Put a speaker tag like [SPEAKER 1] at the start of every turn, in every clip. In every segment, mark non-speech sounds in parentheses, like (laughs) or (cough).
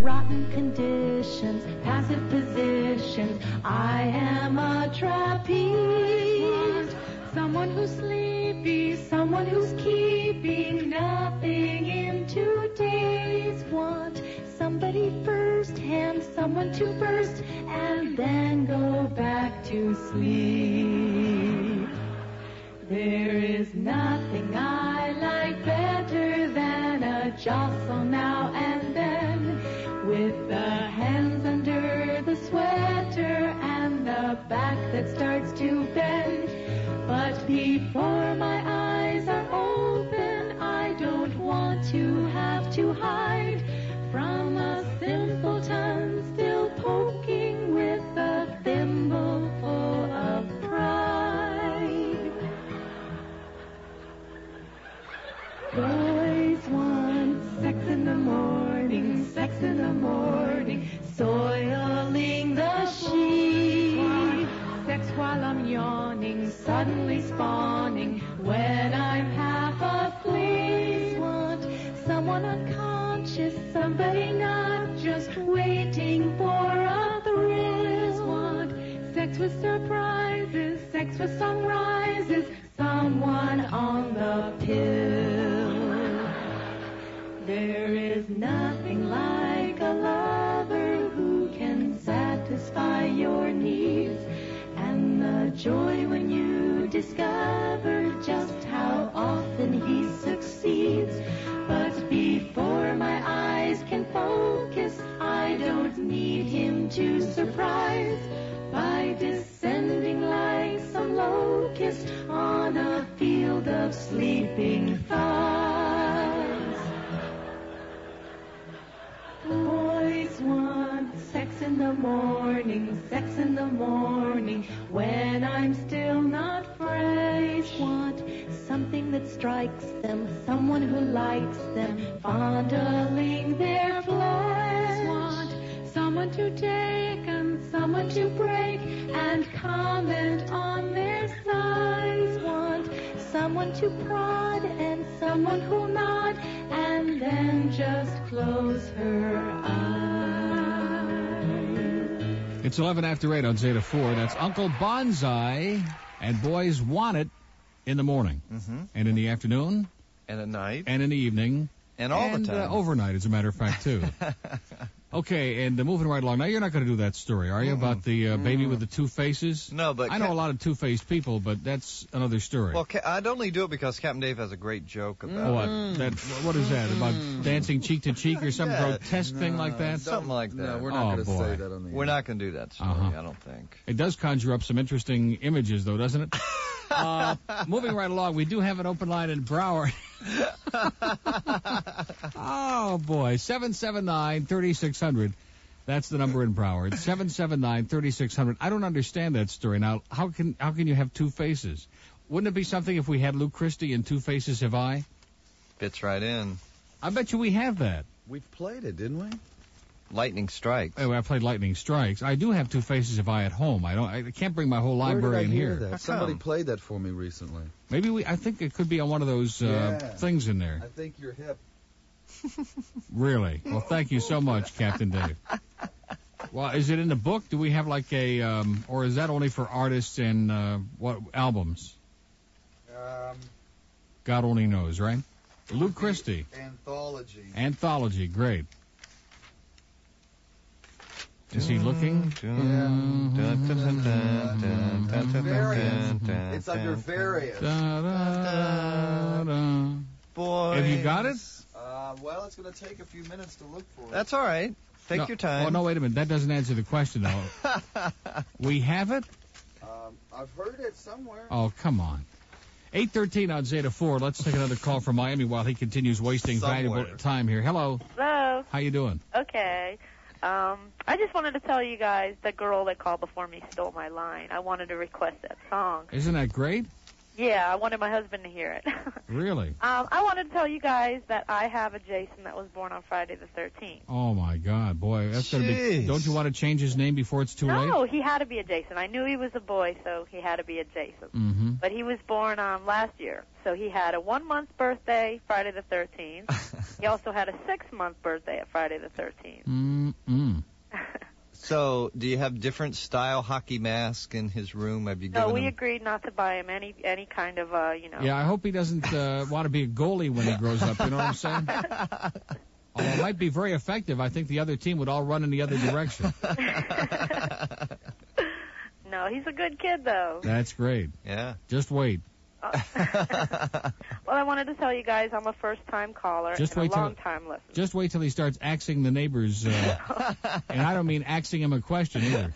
[SPEAKER 1] rotten conditions, passive positions. I am a trapeze. Someone who's sleepy, someone who's keeping nothing in today's want. Somebody first, hand someone to burst, and then go back to sleep. There is nothing I like better than a jostle now and then with the hands under the sweater and the back that starts to bend. But before my eyes are open, I don't want to have to hide from a simpleton still poking with a thimble full of pride. Boys want sex in the morning, sex in the morning, soiling the sheep. Sex while I'm yawning, suddenly spawning when I'm half asleep. Want someone unconscious, somebody not just waiting for a thrill. Want sex with surprises, sex with sunrises, someone on the pill. There is nothing like a lover who can satisfy your needs and the joy when you discover just how often he succeeds. But before my eyes can focus, I don't need him to surprise by descending like some locust on a field of sleeping thighs. Boys want sex in the morning, sex in the morning, when I'm still not fresh. Want something that strikes them, someone who likes them, fondling their flesh. Want someone to take and someone to break and comment on their size. Want someone to prod and someone who'll nod and then just close her eyes.
[SPEAKER 2] It's 11 after 8 on Zeta 4. That's Uncle Bonsai and Boys Want It in the morning
[SPEAKER 3] Mm-hmm.
[SPEAKER 2] and in the afternoon
[SPEAKER 3] And at night.
[SPEAKER 2] and in the evening
[SPEAKER 3] And all
[SPEAKER 2] and
[SPEAKER 3] the time.
[SPEAKER 2] Uh, overnight, as a matter of fact,
[SPEAKER 3] (laughs)
[SPEAKER 2] too. okay, and uh, moving right along. Now, you're not going to do that story, are you, about the uh, baby with the two faces?
[SPEAKER 3] no, but
[SPEAKER 2] I know
[SPEAKER 3] Cap-
[SPEAKER 2] a lot of two-faced people, but that's another story.
[SPEAKER 3] Well, Ca- I'd only do it because Captain Dave has a great joke about
[SPEAKER 2] what?
[SPEAKER 3] it.
[SPEAKER 2] That, what is that? About dancing cheek to cheek or some
[SPEAKER 3] Yeah,
[SPEAKER 2] grotesque thing like that?
[SPEAKER 3] Something like
[SPEAKER 4] No,
[SPEAKER 3] that.
[SPEAKER 4] we're not
[SPEAKER 2] Oh,
[SPEAKER 4] going to say
[SPEAKER 2] boy.
[SPEAKER 4] that on the
[SPEAKER 3] We're not going to do that story,
[SPEAKER 2] Uh-huh.
[SPEAKER 3] I don't think.
[SPEAKER 4] (laughs)
[SPEAKER 2] It does conjure up some interesting images, though, doesn't it? uh, moving right along, we do have an open line in Broward. oh, boy. 779 3600. That's the number in Broward.
[SPEAKER 4] (laughs)
[SPEAKER 2] 779 3600. I don't understand that story. Now, how can, how can you have two faces? Wouldn't it be something if we had Luke Christie and Two Faces Have I?
[SPEAKER 3] (laughs) Fits right in.
[SPEAKER 2] I bet you we have that.
[SPEAKER 4] We've played it, didn't we?
[SPEAKER 3] Lightning strikes.
[SPEAKER 2] Anyway, Oh, I played Lightning Strikes. I do have Two Faces Have I at home. I don't. I can't bring my whole library
[SPEAKER 4] Where did I
[SPEAKER 2] in
[SPEAKER 4] hear
[SPEAKER 2] here.
[SPEAKER 4] that?
[SPEAKER 3] How
[SPEAKER 4] Somebody
[SPEAKER 3] come?
[SPEAKER 4] played that for me recently.
[SPEAKER 2] Maybe we. I think it could be on one of those uh,
[SPEAKER 4] Yeah.
[SPEAKER 2] things in there.
[SPEAKER 4] I think you're hip.
[SPEAKER 2] Really? Well, thank you so much, Captain Dave. Well, is it in the book? Do we have like a, um, or is that only for artists and uh, what albums?
[SPEAKER 5] Um,
[SPEAKER 2] God only knows, right? Luke Christie
[SPEAKER 5] anthology.
[SPEAKER 2] anthology, great. Is he looking?
[SPEAKER 5] Various. It's under various.
[SPEAKER 2] Da, da, da.
[SPEAKER 3] Boy.
[SPEAKER 2] Have you got it?
[SPEAKER 5] Uh, well, it's going to take a few minutes to look for it.
[SPEAKER 3] That's all right. Take
[SPEAKER 2] No.
[SPEAKER 3] your time.
[SPEAKER 2] Oh no, wait a minute. That doesn't answer the question though.
[SPEAKER 3] (laughs)
[SPEAKER 2] we have it.
[SPEAKER 5] Um, I've heard it somewhere.
[SPEAKER 2] Oh, come on. 813 on Zeta 4. Let's take another call from Miami while he continues wasting
[SPEAKER 3] Somewhere.
[SPEAKER 2] valuable time here. Hello.
[SPEAKER 6] Hello.
[SPEAKER 2] How you doing?
[SPEAKER 6] Okay. Um, I just wanted to tell you guys the girl that called before me stole my line. I wanted to request that song.
[SPEAKER 2] Isn't that great?
[SPEAKER 6] Yeah, I wanted my husband to hear it. (laughs) um,
[SPEAKER 2] Really?
[SPEAKER 6] I wanted to tell you guys that I have a Jason that was born on Friday the 13th.
[SPEAKER 2] Oh my god, boy, that's gonna be
[SPEAKER 3] Jeez.
[SPEAKER 2] Don't you want to change his name before it's too late?
[SPEAKER 6] No, he had to be a Jason. I knew he was a boy, so he had to be a Jason.
[SPEAKER 2] Mm-hmm.
[SPEAKER 6] But he was born um last year, so he had a one month birthday, Friday the 13th.
[SPEAKER 2] (laughs)
[SPEAKER 6] He also had a six-month birthday at Friday the 13th.
[SPEAKER 2] Mm-mm.
[SPEAKER 3] (laughs) So, do you have different style hockey mask in his room? Have you
[SPEAKER 6] No,
[SPEAKER 3] given
[SPEAKER 6] we
[SPEAKER 3] him?
[SPEAKER 6] agreed not to buy him any any kind of uh, you know.
[SPEAKER 2] Yeah, I hope he doesn't uh, want to be a goalie when he grows up. You know what I'm saying?
[SPEAKER 3] (laughs)
[SPEAKER 2] Although it might be very effective. I think the other team would all run in the other
[SPEAKER 3] (laughs)
[SPEAKER 2] direction.
[SPEAKER 6] (laughs) no, he's a good kid
[SPEAKER 2] (laughs)
[SPEAKER 6] though. (laughs)
[SPEAKER 2] That's great.
[SPEAKER 3] yeah.
[SPEAKER 2] Just wait.
[SPEAKER 6] Uh, well, I wanted to tell you guys I'm a first-time caller
[SPEAKER 2] Just
[SPEAKER 6] and
[SPEAKER 2] wait
[SPEAKER 6] a
[SPEAKER 2] till-
[SPEAKER 6] long-time listener.
[SPEAKER 2] Just wait till he starts axing the neighbors. Uh,
[SPEAKER 3] (laughs)
[SPEAKER 2] and I don't mean axing him a question either.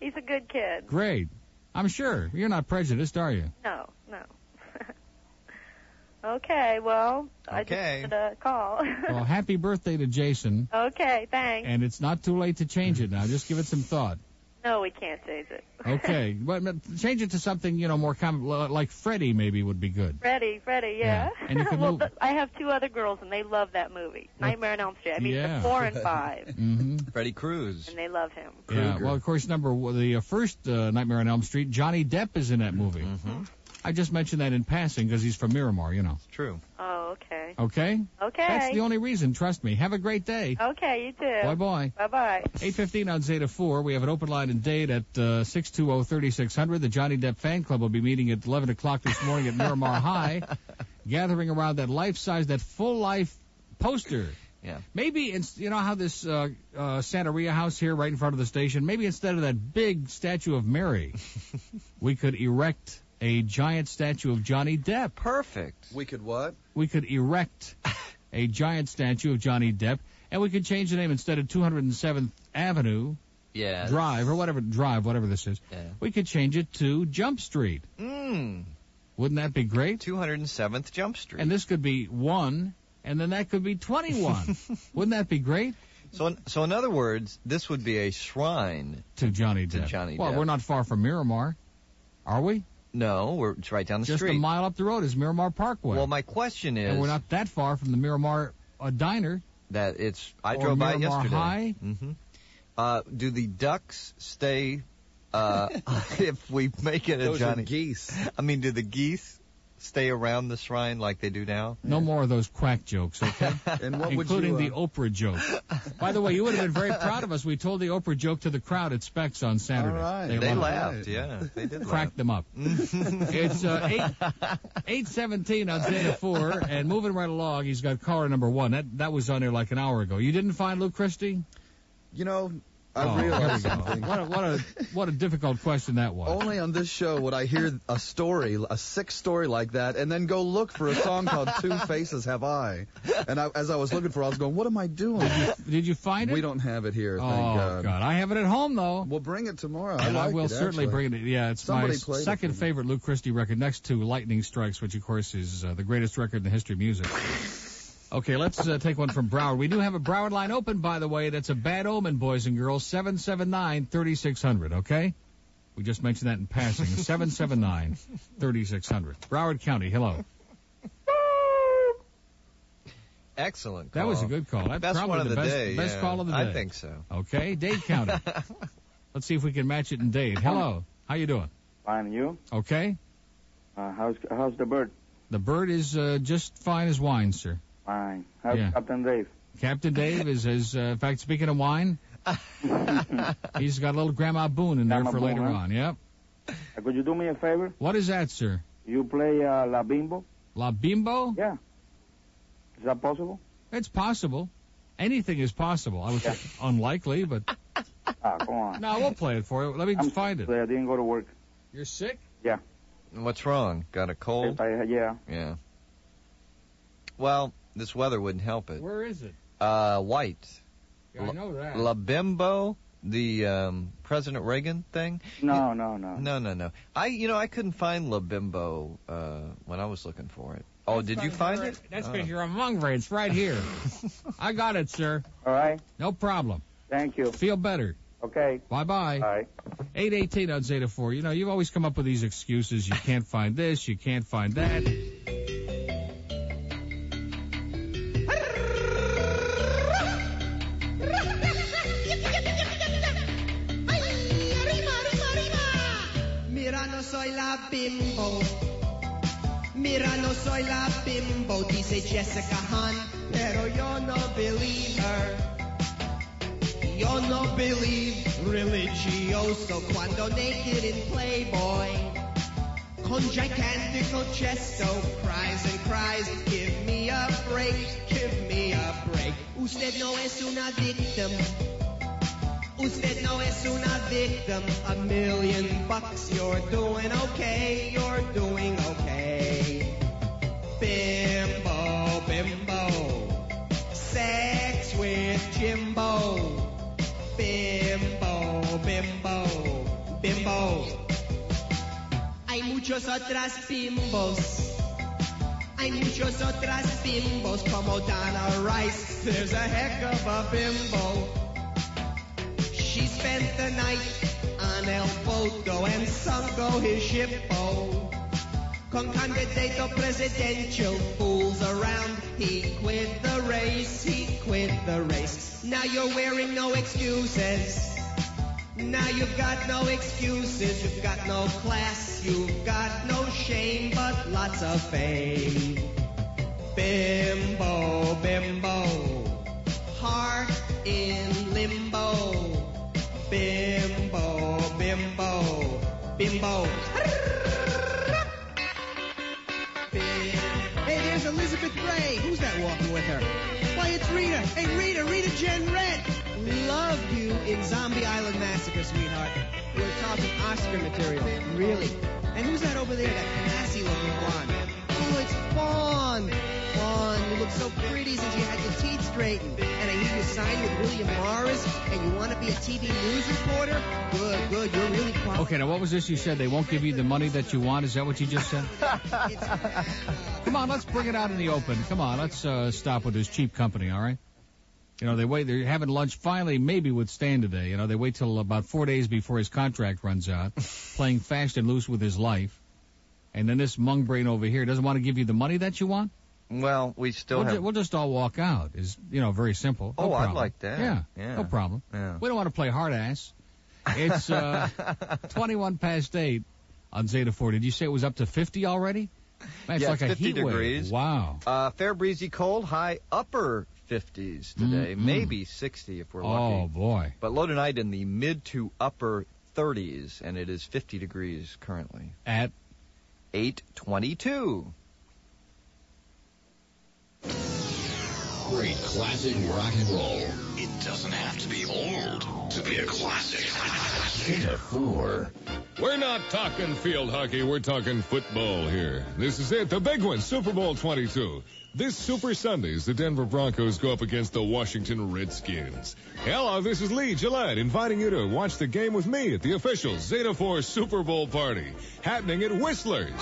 [SPEAKER 6] he's a good kid.
[SPEAKER 2] Great. I'm sure. You're not prejudiced, are you?
[SPEAKER 6] No, no. (laughs) okay, well, I just
[SPEAKER 3] Okay.
[SPEAKER 6] wanted a call.
[SPEAKER 2] Well, happy birthday to Jason.
[SPEAKER 6] (laughs) okay, thanks.
[SPEAKER 2] And it's not too late to change it now. Just give it some thought.
[SPEAKER 6] No, we can't change it. (laughs)
[SPEAKER 3] (laughs)
[SPEAKER 2] Okay. But but change it to something, you know, more common, li- like Freddie maybe would be good.
[SPEAKER 6] Freddie, Freddie, yeah.
[SPEAKER 2] Yeah, and you
[SPEAKER 6] (laughs)
[SPEAKER 2] can
[SPEAKER 6] well,
[SPEAKER 2] move-
[SPEAKER 6] th- I have two other girls, and they love that movie,
[SPEAKER 2] Well,
[SPEAKER 6] Nightmare on Elm Street. I mean,
[SPEAKER 2] yeah.
[SPEAKER 6] they're
[SPEAKER 2] (laughs)
[SPEAKER 6] four and five,
[SPEAKER 2] Mm-hmm.
[SPEAKER 3] (laughs) Freddie Cruz.
[SPEAKER 6] and they love him.
[SPEAKER 2] Yeah.
[SPEAKER 4] Krueger.
[SPEAKER 2] Well, of course, number one- the uh, first uh, Nightmare on Elm Street, Johnny Depp is in that movie.
[SPEAKER 3] Mm-hmm.
[SPEAKER 2] I just mentioned that in passing because he's from Miramar, you know.
[SPEAKER 3] True.
[SPEAKER 6] Oh, okay.
[SPEAKER 2] Okay?
[SPEAKER 6] Okay.
[SPEAKER 2] That's the only reason. Trust me. Have a great day.
[SPEAKER 6] okay, you too.
[SPEAKER 2] Bye bye.
[SPEAKER 6] Bye bye.
[SPEAKER 2] 815 on Zeta 4. We have an open line and date at uh, 620-3600. The Johnny Depp Fan Club will be meeting at 11 o'clock this morning at
[SPEAKER 3] (laughs)
[SPEAKER 2] Miramar High, gathering around that life-size, that full-life poster.
[SPEAKER 3] Yeah.
[SPEAKER 2] Maybe it's you know how this uh, uh, Santeria house here, right in front of the station. Maybe instead of that big statue of
[SPEAKER 3] (laughs)
[SPEAKER 2] Mary, we could erect a giant statue of Johnny Depp.
[SPEAKER 3] Perfect.
[SPEAKER 4] We could what?
[SPEAKER 2] We could
[SPEAKER 3] (laughs)
[SPEAKER 2] erect a giant statue of Johnny Depp, and we could change the name instead of 207th Avenue.
[SPEAKER 3] Yeah.
[SPEAKER 2] Drive or whatever Drive, whatever this is.
[SPEAKER 3] Yeah.
[SPEAKER 2] We could change it to Jump Street.
[SPEAKER 3] Mm.
[SPEAKER 2] Wouldn't that be great?
[SPEAKER 3] 207th Jump Street.
[SPEAKER 2] And this could be one, and then that could be
[SPEAKER 3] (laughs)
[SPEAKER 2] 21. Wouldn't that be great
[SPEAKER 3] so, in, so in other words, this would be a shrine.
[SPEAKER 2] to Johnny
[SPEAKER 3] To
[SPEAKER 2] Depp?
[SPEAKER 3] Johnny
[SPEAKER 2] well,
[SPEAKER 3] Depp.
[SPEAKER 2] we're not far from Miramar, are we?
[SPEAKER 3] No, we're it's right down the
[SPEAKER 2] Just
[SPEAKER 3] street.
[SPEAKER 2] a mile up the road is Miramar Parkway,
[SPEAKER 3] Well, my question is
[SPEAKER 2] and we're not that far from the Miramar uh, Diner.
[SPEAKER 3] that it's. I
[SPEAKER 2] or
[SPEAKER 3] drove by
[SPEAKER 2] Miramar
[SPEAKER 3] yesterday.
[SPEAKER 2] High?
[SPEAKER 3] Mm-hmm. Uh, do the ducks stay?
[SPEAKER 2] (laughs)
[SPEAKER 3] Uh, (laughs) if we make it a
[SPEAKER 4] Those
[SPEAKER 3] Johnny,
[SPEAKER 4] are geese.
[SPEAKER 3] I mean, do the geese stay around the shrine like they do now?
[SPEAKER 2] No more of those quack jokes,
[SPEAKER 3] (laughs)
[SPEAKER 2] okay?
[SPEAKER 4] And what would
[SPEAKER 2] Including
[SPEAKER 4] you? uh,
[SPEAKER 2] the Oprah joke. By the way, you would have been very proud of us. We told the Oprah joke to the crowd at Specs on Saturday.
[SPEAKER 4] All right.
[SPEAKER 2] They,
[SPEAKER 3] They
[SPEAKER 2] loved it.
[SPEAKER 3] laughed. Yeah, they did laugh.
[SPEAKER 2] cracked them
[SPEAKER 4] (laughs)
[SPEAKER 2] up. it's uh, eight eight seventeen on Zeta four, and moving right along, he's got caller number one. That that was on there like an hour ago. You didn't find Luke Christie?
[SPEAKER 4] you know, I
[SPEAKER 2] Oh,
[SPEAKER 4] realized
[SPEAKER 2] here we go.
[SPEAKER 4] something.
[SPEAKER 2] What a, what a what a difficult question that was.
[SPEAKER 4] (laughs) Only on this show would I hear a story, a sick story like that, and then go look for a song called Two Faces Have I. And I, as I was looking for it, I was going, what am I doing?
[SPEAKER 2] Did you find it?
[SPEAKER 4] We don't have it here,
[SPEAKER 2] Oh
[SPEAKER 4] thank God.
[SPEAKER 2] I have it at home though.
[SPEAKER 4] We'll bring it tomorrow.
[SPEAKER 2] and
[SPEAKER 4] I,
[SPEAKER 2] I
[SPEAKER 4] like
[SPEAKER 2] will
[SPEAKER 4] it,
[SPEAKER 2] certainly
[SPEAKER 4] actually.
[SPEAKER 2] bring it. Yeah, it's
[SPEAKER 4] Somebody
[SPEAKER 2] my
[SPEAKER 4] played it
[SPEAKER 2] second
[SPEAKER 4] for me.
[SPEAKER 2] favorite Luke Christie record, next to Lightning Strikes, which of course is uh, the greatest record in the history
[SPEAKER 4] (laughs)
[SPEAKER 2] of music. Okay, let's uh, take one from Broward. We do have a Broward line open, by the way. That's a bad omen, boys and girls. Seven seven nine thirty six hundred. Okay, we just mentioned that
[SPEAKER 4] (laughs)
[SPEAKER 2] in passing. Seven seven nine thirty six hundred. Broward County. Hello.
[SPEAKER 3] Excellent.
[SPEAKER 2] That
[SPEAKER 3] call.
[SPEAKER 2] was a good call. That's
[SPEAKER 3] Best
[SPEAKER 2] probably
[SPEAKER 3] one of
[SPEAKER 2] the
[SPEAKER 3] the,
[SPEAKER 2] best-
[SPEAKER 3] day.
[SPEAKER 2] best
[SPEAKER 3] yeah.
[SPEAKER 2] call of the day.
[SPEAKER 3] I think so.
[SPEAKER 2] Okay, Dade
[SPEAKER 4] (laughs)
[SPEAKER 2] County. Let's see if we can match it in Dade. Hello. How you doing?
[SPEAKER 7] Fine, you?
[SPEAKER 2] Okay.
[SPEAKER 7] Uh, how's how's the bird?
[SPEAKER 2] The bird is uh, just fine as wine, sir.
[SPEAKER 7] Fine. How's
[SPEAKER 2] Yeah.
[SPEAKER 7] Captain Dave?
[SPEAKER 2] Captain Dave is, is uh, in fact, speaking of
[SPEAKER 7] (laughs)
[SPEAKER 2] wine, he's got a little Grandma Boone in there
[SPEAKER 7] Grandma
[SPEAKER 2] for
[SPEAKER 7] Boone,
[SPEAKER 2] later
[SPEAKER 7] huh?
[SPEAKER 2] on. Yep.
[SPEAKER 7] Uh, could you do me a favor?
[SPEAKER 2] What is that, sir?
[SPEAKER 7] You play uh, La Bimbo?
[SPEAKER 2] La Bimbo?
[SPEAKER 7] Yeah. Is that possible?
[SPEAKER 2] It's possible. Anything is possible. I was
[SPEAKER 7] Yeah.
[SPEAKER 2] unlikely, but
[SPEAKER 7] Ah, come on.
[SPEAKER 2] no, we'll play it for you. Let me
[SPEAKER 7] I'm
[SPEAKER 2] find it.
[SPEAKER 7] sorry, I didn't go to work.
[SPEAKER 2] You're sick?
[SPEAKER 3] What's wrong? Got a cold?
[SPEAKER 7] If I, uh, yeah.
[SPEAKER 3] Yeah. Well, this weather wouldn't help it.
[SPEAKER 2] Where is it?
[SPEAKER 3] Uh, white.
[SPEAKER 2] I know that.
[SPEAKER 3] La Bimbo, the um, President Reagan thing.
[SPEAKER 7] No, no, no.
[SPEAKER 3] No, no, no. I, you know, I couldn't find La Bimbo uh, when I was looking for it. Oh, did you find it?
[SPEAKER 2] That's
[SPEAKER 3] Oh.
[SPEAKER 2] because you're a mongrel. It's right here. I got it, sir.
[SPEAKER 7] All right.
[SPEAKER 2] No problem.
[SPEAKER 7] Thank you.
[SPEAKER 2] Feel better.
[SPEAKER 7] Okay.
[SPEAKER 2] Bye bye.
[SPEAKER 7] All right.
[SPEAKER 2] 818 on Zeta 4. You know, you've always come up with these excuses. You can't find this, you can't find that.
[SPEAKER 8] Mira, no soy la bimbo. Mira, no soy la bimbo, dice Jessica Hahn, pero yo no believe her. Yo no believe religioso cuando naked in Playboy. Con gigantic chesto, cries and cries, give me a break, give me a break. Usted no es una victim. Usted no es una victim. A million bucks, you're doing okay, you're doing okay. Bimbo, bimbo. Sex with Jimbo. Bimbo, bimbo, bimbo. Hay muchos otras bimbos. Hay muchos otras bimbos como Donna Rice. There's a heck of a bimbo. She spent the night on El Boto and Sango his shippo. Con candidato presidential fools around. He quit the race, he quit the race. Now you're wearing no excuses. Now you've got no excuses, you've got no class, you've got no shame, but lots of fame. Bimbo, bimbo, heart in limbo. Bimbo, bimbo, bimbo. Hey, there's Elizabeth Gray. Who's that walking with her? Why, it's Rita. Hey, Rita, Rita Jen Red. Love you in Zombie Island Massacre, sweetheart. We're talking Oscar material, really. And who's that over there? That classy-looking blonde. Oh, it's Fawn. Fawn, you look so pretty since you had your teeth straightened. And I hear you signed with William Morris, and you want to be a TV news reporter. Good, good. You're really (laughs) qualified.
[SPEAKER 2] Okay, now what was this you said? They won't give you the money that you want. Is that what you just said? Come on, let's bring it out in the open. Come on, let's uh, stop with this cheap company, all right? You know, they wait, they're having lunch finally, maybe with Stan today. You know, they wait till about four days before his contract runs
[SPEAKER 3] (laughs)
[SPEAKER 2] out, playing fast and loose with his life. And then this mung brain over here doesn't want to give you the money that you want?
[SPEAKER 3] Well, we still
[SPEAKER 2] we'll,
[SPEAKER 3] have.
[SPEAKER 2] ju- we'll just all walk out. Is you know very simple. No
[SPEAKER 3] oh, I'd
[SPEAKER 2] problem.
[SPEAKER 3] like that.
[SPEAKER 2] Yeah,
[SPEAKER 3] yeah.
[SPEAKER 2] no problem.
[SPEAKER 3] Yeah.
[SPEAKER 2] We don't want to play hard ass. It's
[SPEAKER 3] (laughs)
[SPEAKER 2] uh, 21 past eight on Zeta 4. Did you say it was up to 50 already? Man, it's
[SPEAKER 3] Yeah,
[SPEAKER 2] like
[SPEAKER 3] it's
[SPEAKER 2] a
[SPEAKER 3] 50
[SPEAKER 2] heat
[SPEAKER 3] degrees.
[SPEAKER 2] wave. Wow.
[SPEAKER 3] Uh, fair breezy cold, high upper 50s today,
[SPEAKER 2] Mm, mm.
[SPEAKER 3] maybe 60 if we're
[SPEAKER 2] Oh
[SPEAKER 3] lucky.
[SPEAKER 2] boy.
[SPEAKER 3] But low tonight in the mid to upper 30s, and it is 50 degrees currently.
[SPEAKER 2] At
[SPEAKER 3] 822.
[SPEAKER 9] Great classic rock and roll. It doesn't have to be old to be a classic. Zeta 4.
[SPEAKER 10] We're not talking field hockey, we're talking football here. This is it, the big one, Super Bowl 22. This Super Sunday's, the Denver Broncos go up against the Washington Redskins. Hello, this is Lee Gillette inviting you to watch the game with me at the official Zeta 4 Super Bowl party happening at Whistler's.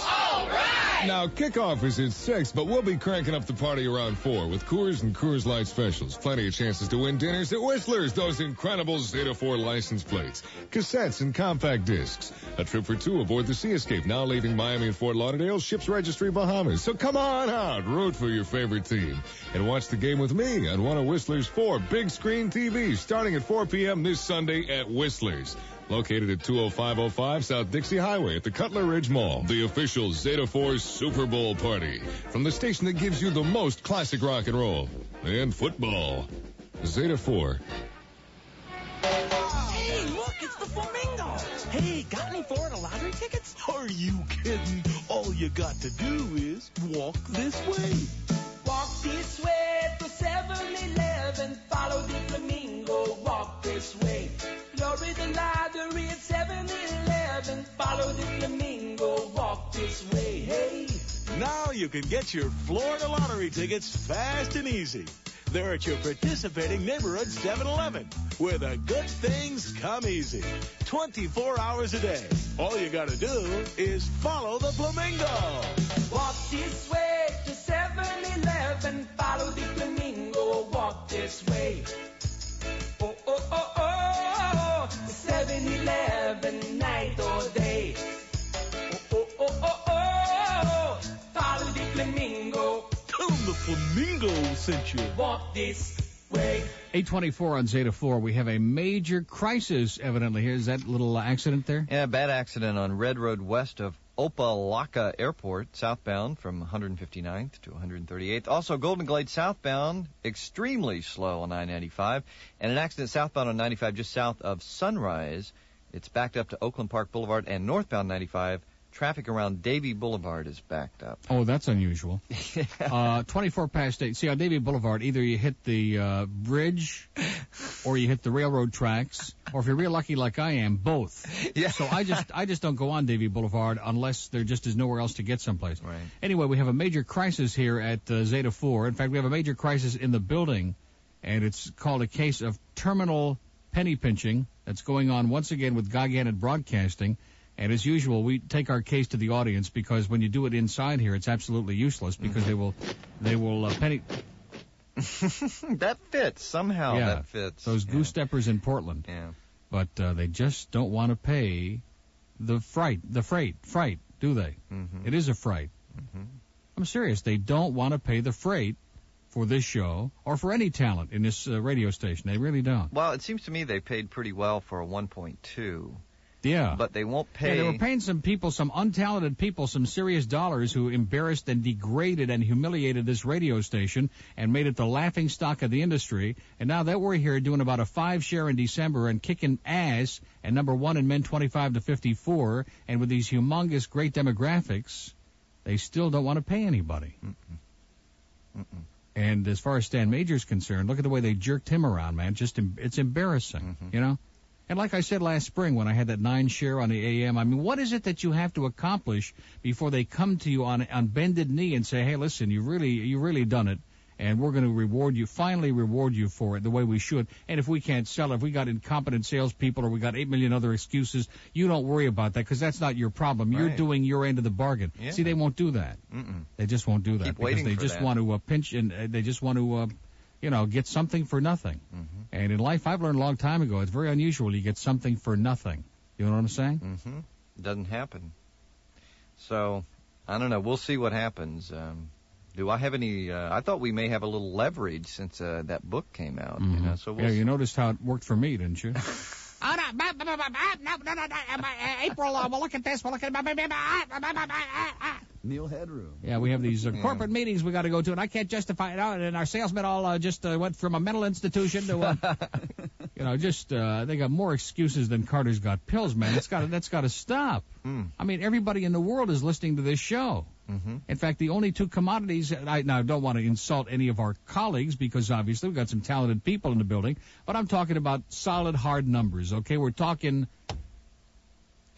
[SPEAKER 10] Now, kickoff is at 6, but we'll be cranking up the party around 4 with Coors and Coors Light specials. Plenty of chances to win dinners at Whistler's, those incredible Zeta 4 license plates, cassettes, and compact discs. A trip for two aboard the Sea Escape, now leaving Miami and Fort Lauderdale, ships registry Bahamas. So come on out, root for your favorite team, and watch the game with me on one of Whistler's four big screen TVs starting at 4 p.m. this Sunday at Whistler's located at 20505 South Dixie Highway at the Cutler Ridge Mall. The official Zeta 4 Super Bowl party from the station that gives you the most classic rock and roll and football. Zeta 4.
[SPEAKER 8] Hey, look, it's the flamingo. Hey, got any Florida lottery tickets? Are you kidding? All you got to do is walk this way. Walk this way to 7-Eleven. Follow the flamingo. Walk this way. Glory the lottery at 7-Eleven. Follow the flamingo. Walk this way. Hey.
[SPEAKER 11] Now you can get your Florida lottery tickets fast and easy. They're at your participating neighborhood 7-Eleven, where the good things come easy. 24 hours a day. All you gotta do is follow the flamingo.
[SPEAKER 8] Walk this way to 7-Eleven. Follow the flamingo. Walk this way. Oh, oh, oh, oh. 7-Eleven, night or day. Oh, oh, oh, oh, oh. Follow the flamingo.
[SPEAKER 11] Tell 'em the flamingo sent you.
[SPEAKER 8] Walk this way.
[SPEAKER 2] 824 on Zeta 4, we have a major crisis evidently here. Is that little accident there?
[SPEAKER 3] Yeah, bad accident on Red Road west of Opalaka Airport southbound from 159th to 138th. Also, Golden Glade southbound extremely slow on I-95, and an accident southbound on 95 just south of Sunrise. It's backed up to Oakland Park Boulevard and northbound 95. Traffic around Davie Boulevard is backed up.
[SPEAKER 2] Oh, that's unusual. uh, 24 past 8. See, on Davie Boulevard, either you hit the uh, bridge or you hit the railroad tracks, or if you're real lucky like I am, both.
[SPEAKER 3] Yeah.
[SPEAKER 2] So I just I just don't go on Davie Boulevard unless there just is nowhere else to get someplace. Right. Anyway, we have a major crisis here at uh, Zeta 4. In fact, we have a major crisis in the building, and it's called a case of terminal penny pinching that's going on once again with Gigantic Broadcasting. And as usual, we take our case to the audience because when you do it inside here, it's absolutely useless
[SPEAKER 3] Mm-hmm.
[SPEAKER 2] because they will, they will uh, penny.
[SPEAKER 3] (laughs) that fits somehow.
[SPEAKER 2] yeah,
[SPEAKER 3] That fits.
[SPEAKER 2] those goose steppers in Portland.
[SPEAKER 3] Yeah.
[SPEAKER 2] But uh, they just don't want to pay the fright, the freight, fright, do they? Mm-hmm. It is a fright.
[SPEAKER 3] Mhm.
[SPEAKER 2] I'm serious. They don't want to pay the freight for this show or for any talent in this uh, radio station. They really don't.
[SPEAKER 3] Well, it seems to me they paid pretty well for a 1.2,
[SPEAKER 2] Yeah.
[SPEAKER 3] but they won't
[SPEAKER 2] Yeah,
[SPEAKER 3] pay.
[SPEAKER 2] they were paying some people, some untalented people, some serious dollars who embarrassed and degraded and humiliated this radio station and made it the laughing stock of the industry. And now that we're here doing about a five share in December and kicking ass and number one in men 25 to 54 and with these humongous great demographics, they still don't want to pay anybody. And as far as Stan Major's concerned, look at the way they jerked him around, man. Just em- it's embarrassing,
[SPEAKER 3] Mm-hmm.
[SPEAKER 2] you know. And like I said last spring when I had that nine share on the AM, I mean, what is it that you have to accomplish before they come to you on on bended knee and say, "Hey, listen, you really you really done it, and we're going to reward you, finally reward you for it the way we should." And if we can't sell, if we got incompetent salespeople, or we got eight million other excuses, you don't worry about that because that's not your problem. You're
[SPEAKER 3] Right.
[SPEAKER 2] doing your end of the bargain.
[SPEAKER 3] Yeah.
[SPEAKER 2] See, they won't do that.
[SPEAKER 3] Mm-mm.
[SPEAKER 2] They just won't do that
[SPEAKER 3] Keep
[SPEAKER 2] because
[SPEAKER 3] waiting
[SPEAKER 2] they
[SPEAKER 3] for
[SPEAKER 2] just
[SPEAKER 3] that.
[SPEAKER 2] want to uh, pinch and uh, they just want to, uh, you know, get something for nothing.
[SPEAKER 3] Mm-hmm.
[SPEAKER 2] And in life, I've learned a long time ago, it's very unusual you get something for nothing. You know what I'm saying?
[SPEAKER 3] Mm-hmm. Doesn't happen. So I don't know. We'll see what happens. Um, do I have any? Uh, I thought we may have a little leverage since uh, that book came out. You know, so we'll
[SPEAKER 2] yeah,
[SPEAKER 3] see.
[SPEAKER 2] you noticed how it worked for me, didn't
[SPEAKER 3] (laughs)
[SPEAKER 2] you?
[SPEAKER 8] Oh, no, no, no, no, no, April, uh, well, look at this, well, look at,
[SPEAKER 4] Neil Headroom.
[SPEAKER 2] yeah, we have these uh, corporate meetings we got to go to, and I can't justify it. Oh, and our salesmen all uh, just uh, went from a mental institution to,
[SPEAKER 8] (laughs)
[SPEAKER 2] uh, you know, just uh, they got more excuses than Carter's got pills, man. It's got to that's got to stop. I mean, everybody in the world is listening to this show.
[SPEAKER 3] Mm-hmm.
[SPEAKER 2] In fact, the only two commodities, and I now I don't want to insult any of our colleagues because obviously we've got some talented people in the building, but I'm talking about solid, hard numbers, okay? We're talking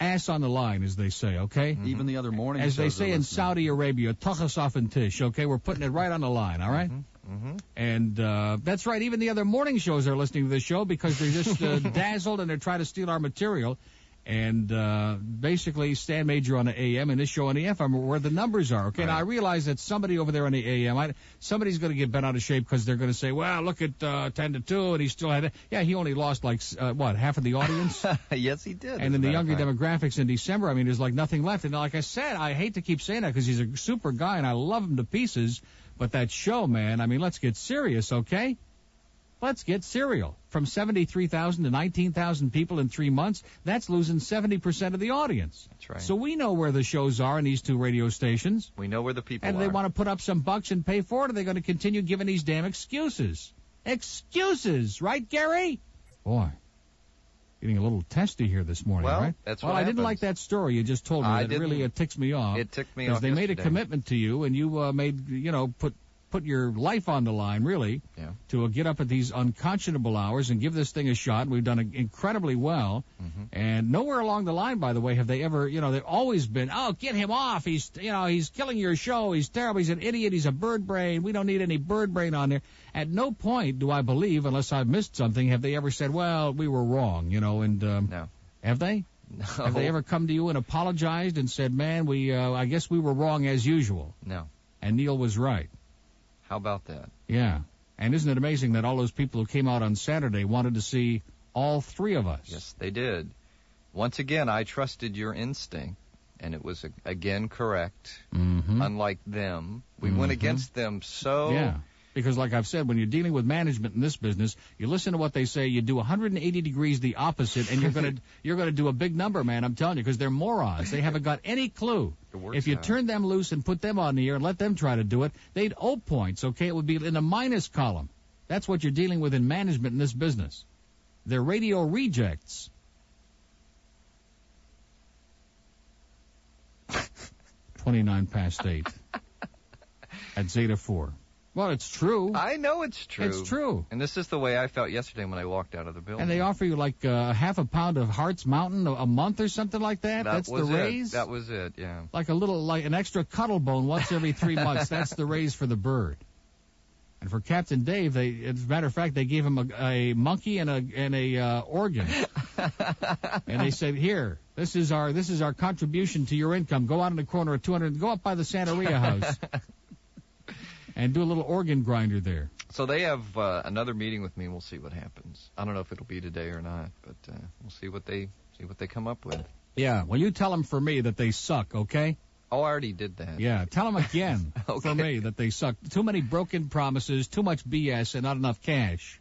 [SPEAKER 2] ass on the line, as they say, okay?
[SPEAKER 4] Mm-hmm. Even the other morning.
[SPEAKER 2] As they
[SPEAKER 4] shows are
[SPEAKER 2] say in
[SPEAKER 4] listening.
[SPEAKER 2] Saudi Arabia, tachasaf and tish, okay? We're putting it right on the line, all right?
[SPEAKER 3] Mm-hmm.
[SPEAKER 2] And uh, that's right. Even the other morning shows are listening to this show because they're just
[SPEAKER 3] (laughs)
[SPEAKER 2] uh, dazzled and they're trying to steal our material. And uh, basically, Stan Major on the AM and this show on the FM are where the numbers are. Okay, now I realize that somebody over there on the AM, I, somebody's going to get bent out of shape because they're going to say, "Well, look at uh, 10 to 2, and he still had it." Yeah, he only lost like s- uh, what half of the audience.
[SPEAKER 3] (laughs) yes, he did.
[SPEAKER 2] And
[SPEAKER 3] as a
[SPEAKER 2] then the
[SPEAKER 3] matter of
[SPEAKER 2] younger
[SPEAKER 3] fact.
[SPEAKER 2] demographics in December, I mean, there's like nothing left. And like I said, I hate to keep saying that because he's a super guy and I love him to pieces. But that show, man, I mean, let's get serious, okay? Let's get serial. From 73,000 to 19,000 people in three months, that's losing 70% of the audience.
[SPEAKER 3] That's right.
[SPEAKER 2] So we know where the shows are in these two radio stations.
[SPEAKER 3] we know where the people
[SPEAKER 2] And
[SPEAKER 3] are.
[SPEAKER 2] they want to put up some bucks and pay for it, or they're going to continue giving these damn excuses. Excuses, right, Gary? Boy, getting a little testy here this morning,
[SPEAKER 3] Well,
[SPEAKER 2] right?
[SPEAKER 3] that's
[SPEAKER 2] well,
[SPEAKER 3] what
[SPEAKER 2] I didn't
[SPEAKER 3] happens.
[SPEAKER 2] like that story you just told me.
[SPEAKER 3] I
[SPEAKER 2] It really uh,
[SPEAKER 3] didn't-
[SPEAKER 2] ticks me off.
[SPEAKER 3] it ticked me
[SPEAKER 2] Because
[SPEAKER 3] off
[SPEAKER 2] they made a
[SPEAKER 3] yesterday.
[SPEAKER 2] commitment to you, and you uh, made you know put put your life on the line, really,
[SPEAKER 3] Yeah.
[SPEAKER 2] to uh, get up at these unconscionable hours and give this thing a shot. We've done incredibly well,
[SPEAKER 3] Mm-hmm.
[SPEAKER 2] and nowhere along the line, by the way, have they ever you know they've always been oh get him off. He's you know he's killing your show. He's terrible. He's an idiot. He's a bird brain. We don't need any bird brain on there. At no point do I believe, unless I've missed something, have they ever said, well, we were wrong, you know, and um,
[SPEAKER 3] no.
[SPEAKER 2] have they?
[SPEAKER 3] No.
[SPEAKER 2] Have they ever come to you and apologized and said, "Man, we, uh, I guess we were wrong as usual,"
[SPEAKER 3] No.
[SPEAKER 2] and Neil was right?
[SPEAKER 3] How about that?
[SPEAKER 2] Yeah. And isn't it amazing that all those people who came out on Saturday wanted to see all three of us?
[SPEAKER 3] Yes, they did. Once again, I trusted your instinct, and it was a- again correct.
[SPEAKER 2] Mm-hmm.
[SPEAKER 3] Unlike them, we went
[SPEAKER 2] Mhm.
[SPEAKER 3] against them so
[SPEAKER 2] Yeah. Because, like I've said, when you're dealing with management in this business, you listen to what they say, you do 180 degrees the opposite, and you're gonna you're gonna do a big number, man. I'm telling you, because they're morons. They haven't got any clue. If you turn them loose and put them on the air and let them try to do it, they'd owe points. Okay, it would be in the minus column. That's what you're dealing with in management in this business. They're radio rejects. Twenty-nine past eight at Zeta Four. Well, it's true.
[SPEAKER 3] I know it's true.
[SPEAKER 2] It's true.
[SPEAKER 3] And this is the way I felt yesterday when I walked out of the building.
[SPEAKER 2] And they offer you like uh, half a pound of Hearts Mountain a- a month or something like that.
[SPEAKER 3] that
[SPEAKER 2] That's
[SPEAKER 3] was
[SPEAKER 2] the
[SPEAKER 3] it.
[SPEAKER 2] raise.
[SPEAKER 3] That was it. Yeah.
[SPEAKER 2] Like a little, like an extra cuddle bone once every (laughs) three months. That's the raise for the bird. And for Captain Dave, they, as a matter of fact, they gave him a, a monkey and a and a uh, (laughs) organ. and they said, "Here, this is our this is our contribution to your income. Go out in the corner at 200. Go up by the Santeria (laughs) house and do a little organ grinder there."
[SPEAKER 3] So they have uh, another meeting with me. We'll see what happens. I don't know if it'll be today or not, but uh, we'll see what they see what they come up with.
[SPEAKER 2] Yeah. Well, you tell them for me that they suck, okay?
[SPEAKER 3] Oh, I already did that.
[SPEAKER 2] Yeah, tell them
[SPEAKER 3] (laughs)
[SPEAKER 2] again for me that they suck. Too many broken promises, too much BS, and not enough cash.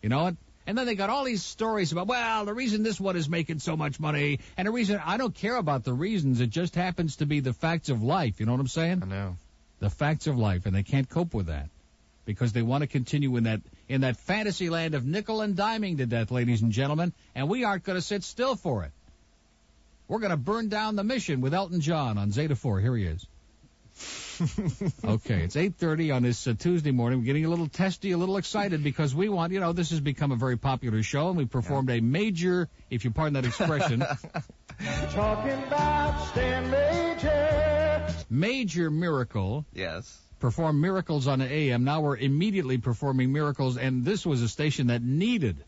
[SPEAKER 2] You know what? And then they got all these stories about, well, the reason this one is making so much money, and the reason I don't care about the reasons, it just happens to be the facts of life. You know what I'm saying? I
[SPEAKER 3] know.
[SPEAKER 2] The facts of life, and they can't cope with that because they want to continue in that in that fantasy land of nickel and diming to death, ladies and gentlemen, and we aren't going to sit still for it. We're going to burn down the mission with Elton John on Zeta 4. Here he
[SPEAKER 3] (laughs)
[SPEAKER 2] is. okay, it's 8:30 on this uh, Tuesday morning. We're getting a little testy, a little excited because we want, you know, this has become a very popular show, and we performed a major, if you pardon that
[SPEAKER 3] (laughs)
[SPEAKER 2] expression,
[SPEAKER 8] Talking about Stan Major.
[SPEAKER 2] major miracle.
[SPEAKER 3] Yes.
[SPEAKER 2] Perform miracles on AM. Now we're immediately performing miracles, and this was a station that needed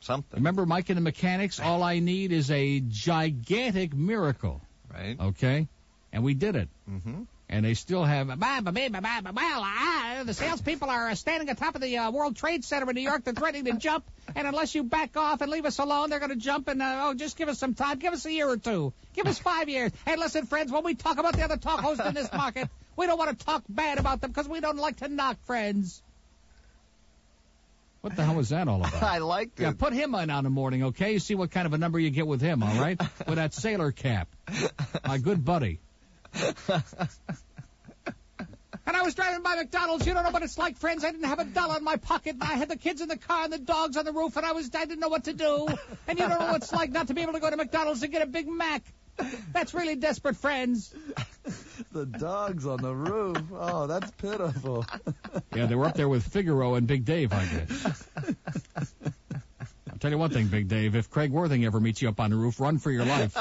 [SPEAKER 3] something.
[SPEAKER 2] Remember, Mike and the Mechanics. All I need is a gigantic miracle.
[SPEAKER 3] Right.
[SPEAKER 2] Okay. And we did it.
[SPEAKER 3] Mm-hmm.
[SPEAKER 2] And they still have
[SPEAKER 12] Well, uh, the salespeople are uh, standing on top of the uh, World Trade Center in New York. They're threatening to jump, and unless you back off and leave us alone, they're going to jump. And uh, oh, just give us some time. Give us a year or two. Give us five years. Hey, listen, friends, when we talk about the other talk host in this market, we don't want to talk bad about them because we don't like to knock friends.
[SPEAKER 2] What the hell was that all about?
[SPEAKER 3] I liked
[SPEAKER 2] Yeah, put him on on the morning, okay? You see what kind of a number you get with him, all
[SPEAKER 3] (laughs)
[SPEAKER 2] right? with that sailor cap. My good buddy.
[SPEAKER 12] And I was driving by McDonald's. You don't know what it's like, friends. I didn't have a dollar in my pocket. And I had the kids in the car and the dogs on the roof, and I was I didn't know what to do. And you don't know what it's like not to be able to go to McDonald's and get a Big Mac. That's really desperate, friends.
[SPEAKER 4] The dogs on the roof. Oh, that's pitiful.
[SPEAKER 2] Yeah, they were up there with Figaro and Big Dave, I guess. I'll tell you one thing, Big Dave. If Craig Worthing ever meets you up on the roof, run for your life.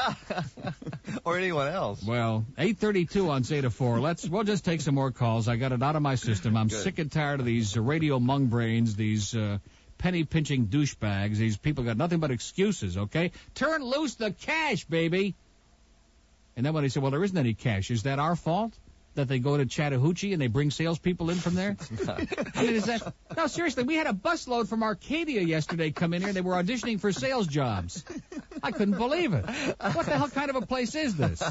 [SPEAKER 3] (laughs)
[SPEAKER 1] (laughs)
[SPEAKER 3] or anyone else.
[SPEAKER 2] Well, 8:32 on Zeta 4. Let's we'll just take some more calls. I got it out of my system. I'm
[SPEAKER 3] Good.
[SPEAKER 2] sick and tired of these uh, radio mung brains, these uh, penny pinching douchebags. These people got nothing but excuses. Okay, turn loose the cash, baby. And then when they say, well, there isn't any cash, is that our fault? That they go to Chattahoochee and they bring salespeople in from there? I mean, is that no? Seriously, we had a busload from Arcadia yesterday come in here. They were auditioning for sales jobs. I couldn't believe it. What the hell kind of a place is this?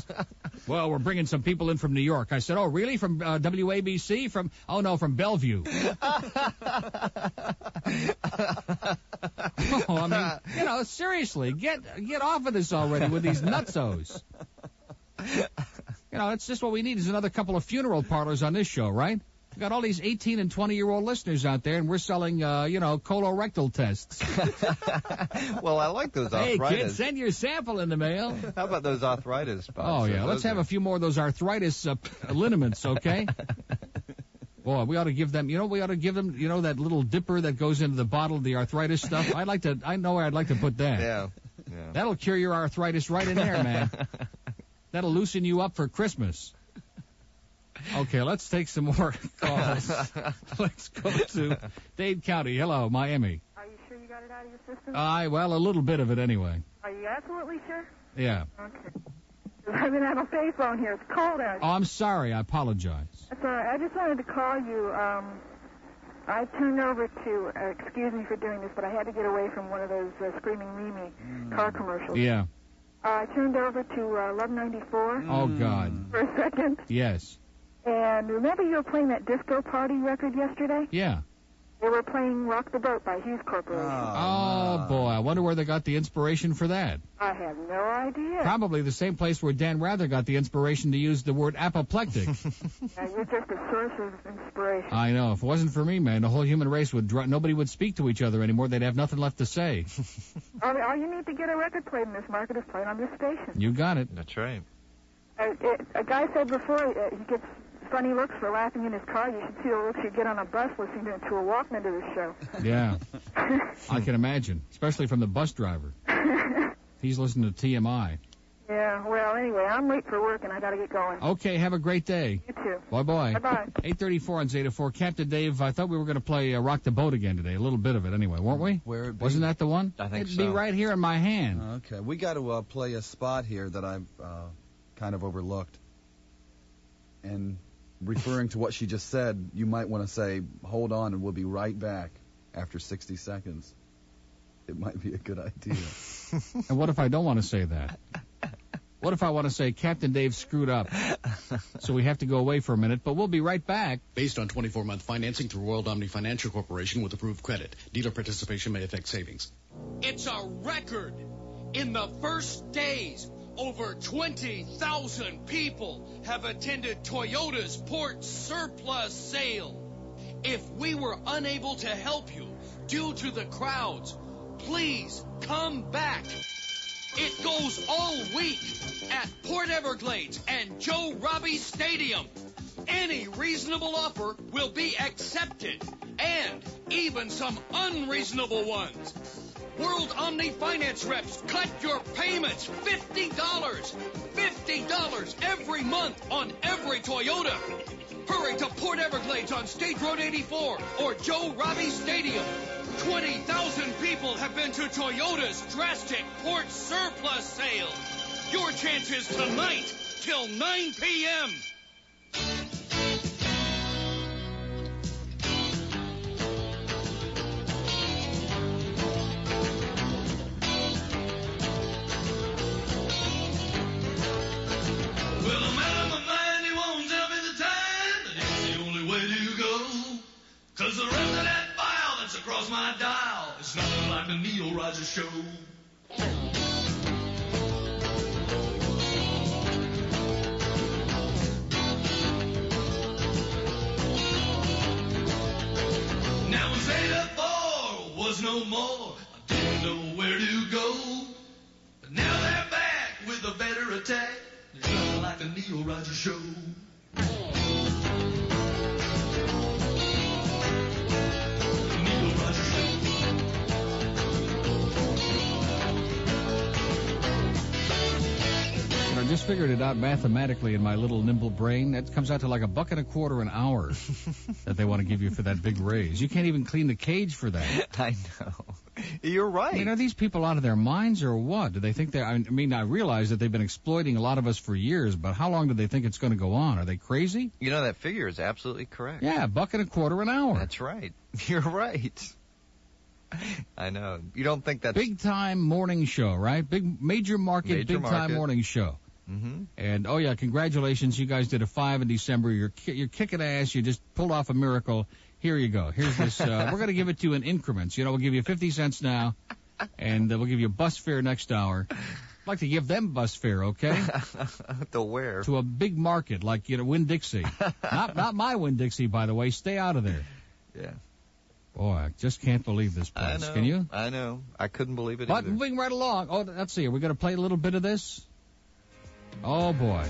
[SPEAKER 2] Well, we're bringing some people in from New York. I said, oh, really? From uh, WABC? From oh no, from Bellevue. (laughs) oh, I
[SPEAKER 3] (laughs)
[SPEAKER 2] mean, you know, seriously, get get off of this already with these nutsos. You know, that's just what we need is another couple of funeral parlors on this show, right? We got all these 18 and 20 year old listeners out there, and we're selling, uh, you know, colorectal
[SPEAKER 3] (laughs)
[SPEAKER 2] tests.
[SPEAKER 3] (laughs) Well, I like those
[SPEAKER 2] hey,
[SPEAKER 3] arthritis.
[SPEAKER 2] kids, send your sample in the mail.
[SPEAKER 3] (laughs) How about those arthritis spots?
[SPEAKER 2] Oh yeah, let's have a few more of those arthritis uh, liniments, okay? Boy, we ought to give them. You know, we ought to give them. You know, that little dipper that goes into the bottle, the arthritis stuff. I'd like to. I know where I'd like to put that.
[SPEAKER 3] Yeah. yeah.
[SPEAKER 2] That'll cure your arthritis right in there, man. That'll loosen you up for Christmas. Okay, let's take some more calls. let's go to Dade County. Hello, Miami.
[SPEAKER 13] Are you sure you got it out of your system?
[SPEAKER 2] I well, a little bit of it anyway.
[SPEAKER 13] Are you absolutely sure?
[SPEAKER 2] Yeah.
[SPEAKER 13] Okay. (laughs) 'Cause I didn't have a payphone here. It's cold out.
[SPEAKER 2] Oh, I'm sorry. I apologize.
[SPEAKER 13] That's all right. I just wanted to call you. Um, I turned over to, uh, excuse me for doing this, but I had to get away from one of those uh, Screaming Mimi
[SPEAKER 7] Mm.
[SPEAKER 13] car commercials.
[SPEAKER 2] Yeah.
[SPEAKER 13] Uh, I turned over to uh, Love 94
[SPEAKER 2] Oh God.
[SPEAKER 13] for a second,
[SPEAKER 2] Yes.
[SPEAKER 13] And remember you were playing that disco party record yesterday?
[SPEAKER 2] Yeah.
[SPEAKER 13] They were playing Rock the Boat by Hughes Corporation.
[SPEAKER 2] Oh, boy, I wonder where they got the inspiration for that.
[SPEAKER 13] I have no idea. (laughs)
[SPEAKER 2] Probably the same place where Dan Rather got the inspiration to use the word apoplectic.
[SPEAKER 13] Uh, you're just a source of inspiration.
[SPEAKER 2] I know. If it wasn't for me, man, the whole human race would dr- nobody would speak to each other anymore. They'd have nothing left to say.
[SPEAKER 13] All, all you need to get a record played in this market is played on this station.
[SPEAKER 2] you got it.
[SPEAKER 3] (laughs) That's right.
[SPEAKER 13] Uh, it, a guy said before uh, he gets funny looks for laughing in his car. You should see the looks you get on a bus listening to, to a Walkman to this show.
[SPEAKER 2] Yeah, I can imagine, especially from the bus driver. He's listening to TMI.
[SPEAKER 13] (laughs) yeah, well, anyway, I'm late for work and I gotta get going.
[SPEAKER 2] Okay, have a great day.
[SPEAKER 13] You too.
[SPEAKER 2] Bye bye.
[SPEAKER 13] Bye-bye.
[SPEAKER 2] 8:34 on Zeta 4. Captain Dave, I thought we were going to play uh, Rock the Boat again today. A little bit of it anyway, weren't we?
[SPEAKER 4] Where it be?
[SPEAKER 2] Wasn't that the one?
[SPEAKER 4] I think
[SPEAKER 2] It'd
[SPEAKER 4] so.
[SPEAKER 2] be right here in my
[SPEAKER 4] (laughs)
[SPEAKER 2] hand.
[SPEAKER 4] Okay, we got to uh, play a spot here that I've uh, kind of overlooked. And referring to what she just said, you might want to say, "Hold on, and we'll be right back after 60 seconds." It might be a good
[SPEAKER 2] (laughs)
[SPEAKER 4] idea.
[SPEAKER 2] and what if I don't want to say that? What if I want to say Captain Dave screwed up? so we have to go away for a minute, but we'll be right back.
[SPEAKER 14] Based on 24-month financing through World Omni Financial Corporation with approved credit, dealer participation may affect savings.
[SPEAKER 15] It's a record. In the first days, over 20,000 people have attended Toyota's port surplus sale. If we were unable to help you due to the crowds, please come back. It goes all week at Port Everglades and Joe Robbie Stadium. Any reasonable offer will be accepted, and even some unreasonable ones. World Omni Finance reps cut your payments $50. $50 every month on every Toyota. Hurry to Port Everglades on State Road 84 or Joe Robbie Stadium. 20,000 people have been to Toyota's drastic port surplus sale. Your chance is tonight till 9 p.m. Well, I'm out of my mind, he won't tell me the time, and it's the only way to go. Cause the rest of that file that's across my dial is nothing like the Neil Rogers show. Now it's eight up four, was no more, I didn't know where to go. But now they're back with a better attack. It's nothing like the Neil Rogers show. Neil Rogers Show.
[SPEAKER 2] And I just figured it out mathematically in my little nimble brain. That comes out to like a buck and a quarter an
[SPEAKER 3] (laughs)
[SPEAKER 2] hour that they want to give you for that big raise. You can't even clean the cage for that.
[SPEAKER 3] (laughs) I know. You're right.
[SPEAKER 2] I mean, are these people out of their minds or what? Do they think they're? I mean, I realize that they've been exploiting a lot of us for years, but how long do they think it's going to go on? Are they crazy?
[SPEAKER 3] You know that figure is absolutely correct.
[SPEAKER 2] Yeah, a buck and a quarter an hour.
[SPEAKER 3] That's right. (laughs) You're right. I know. You don't think that's
[SPEAKER 2] big time morning show, right? Big major market,
[SPEAKER 3] Major
[SPEAKER 2] big time
[SPEAKER 3] market.
[SPEAKER 2] morning show.
[SPEAKER 3] Mm-hmm.
[SPEAKER 2] And oh yeah, congratulations, you guys did a five in December. You're ki- you're kicking ass. You just pulled off a miracle. Here you go. Here's this. Uh,
[SPEAKER 3] (laughs)
[SPEAKER 2] we're gonna give it to you in increments. You know, we'll give you 50 cents now, and uh, we'll give you bus fare next hour. I'd like to give them bus fare,
[SPEAKER 3] (laughs)
[SPEAKER 2] okay?
[SPEAKER 3] the where?
[SPEAKER 2] to a big market like you know Win
[SPEAKER 3] (laughs)
[SPEAKER 2] Dixie. not not my Win Dixie, by the way. Stay out of there.
[SPEAKER 3] Yeah.
[SPEAKER 2] Boy, I just can't believe this
[SPEAKER 3] I
[SPEAKER 2] place.
[SPEAKER 3] know.
[SPEAKER 2] Can you?
[SPEAKER 3] I know. I couldn't believe it
[SPEAKER 2] But
[SPEAKER 3] either.
[SPEAKER 2] moving right along. Oh, let's see. Are we going to play a little bit of this? Oh boy.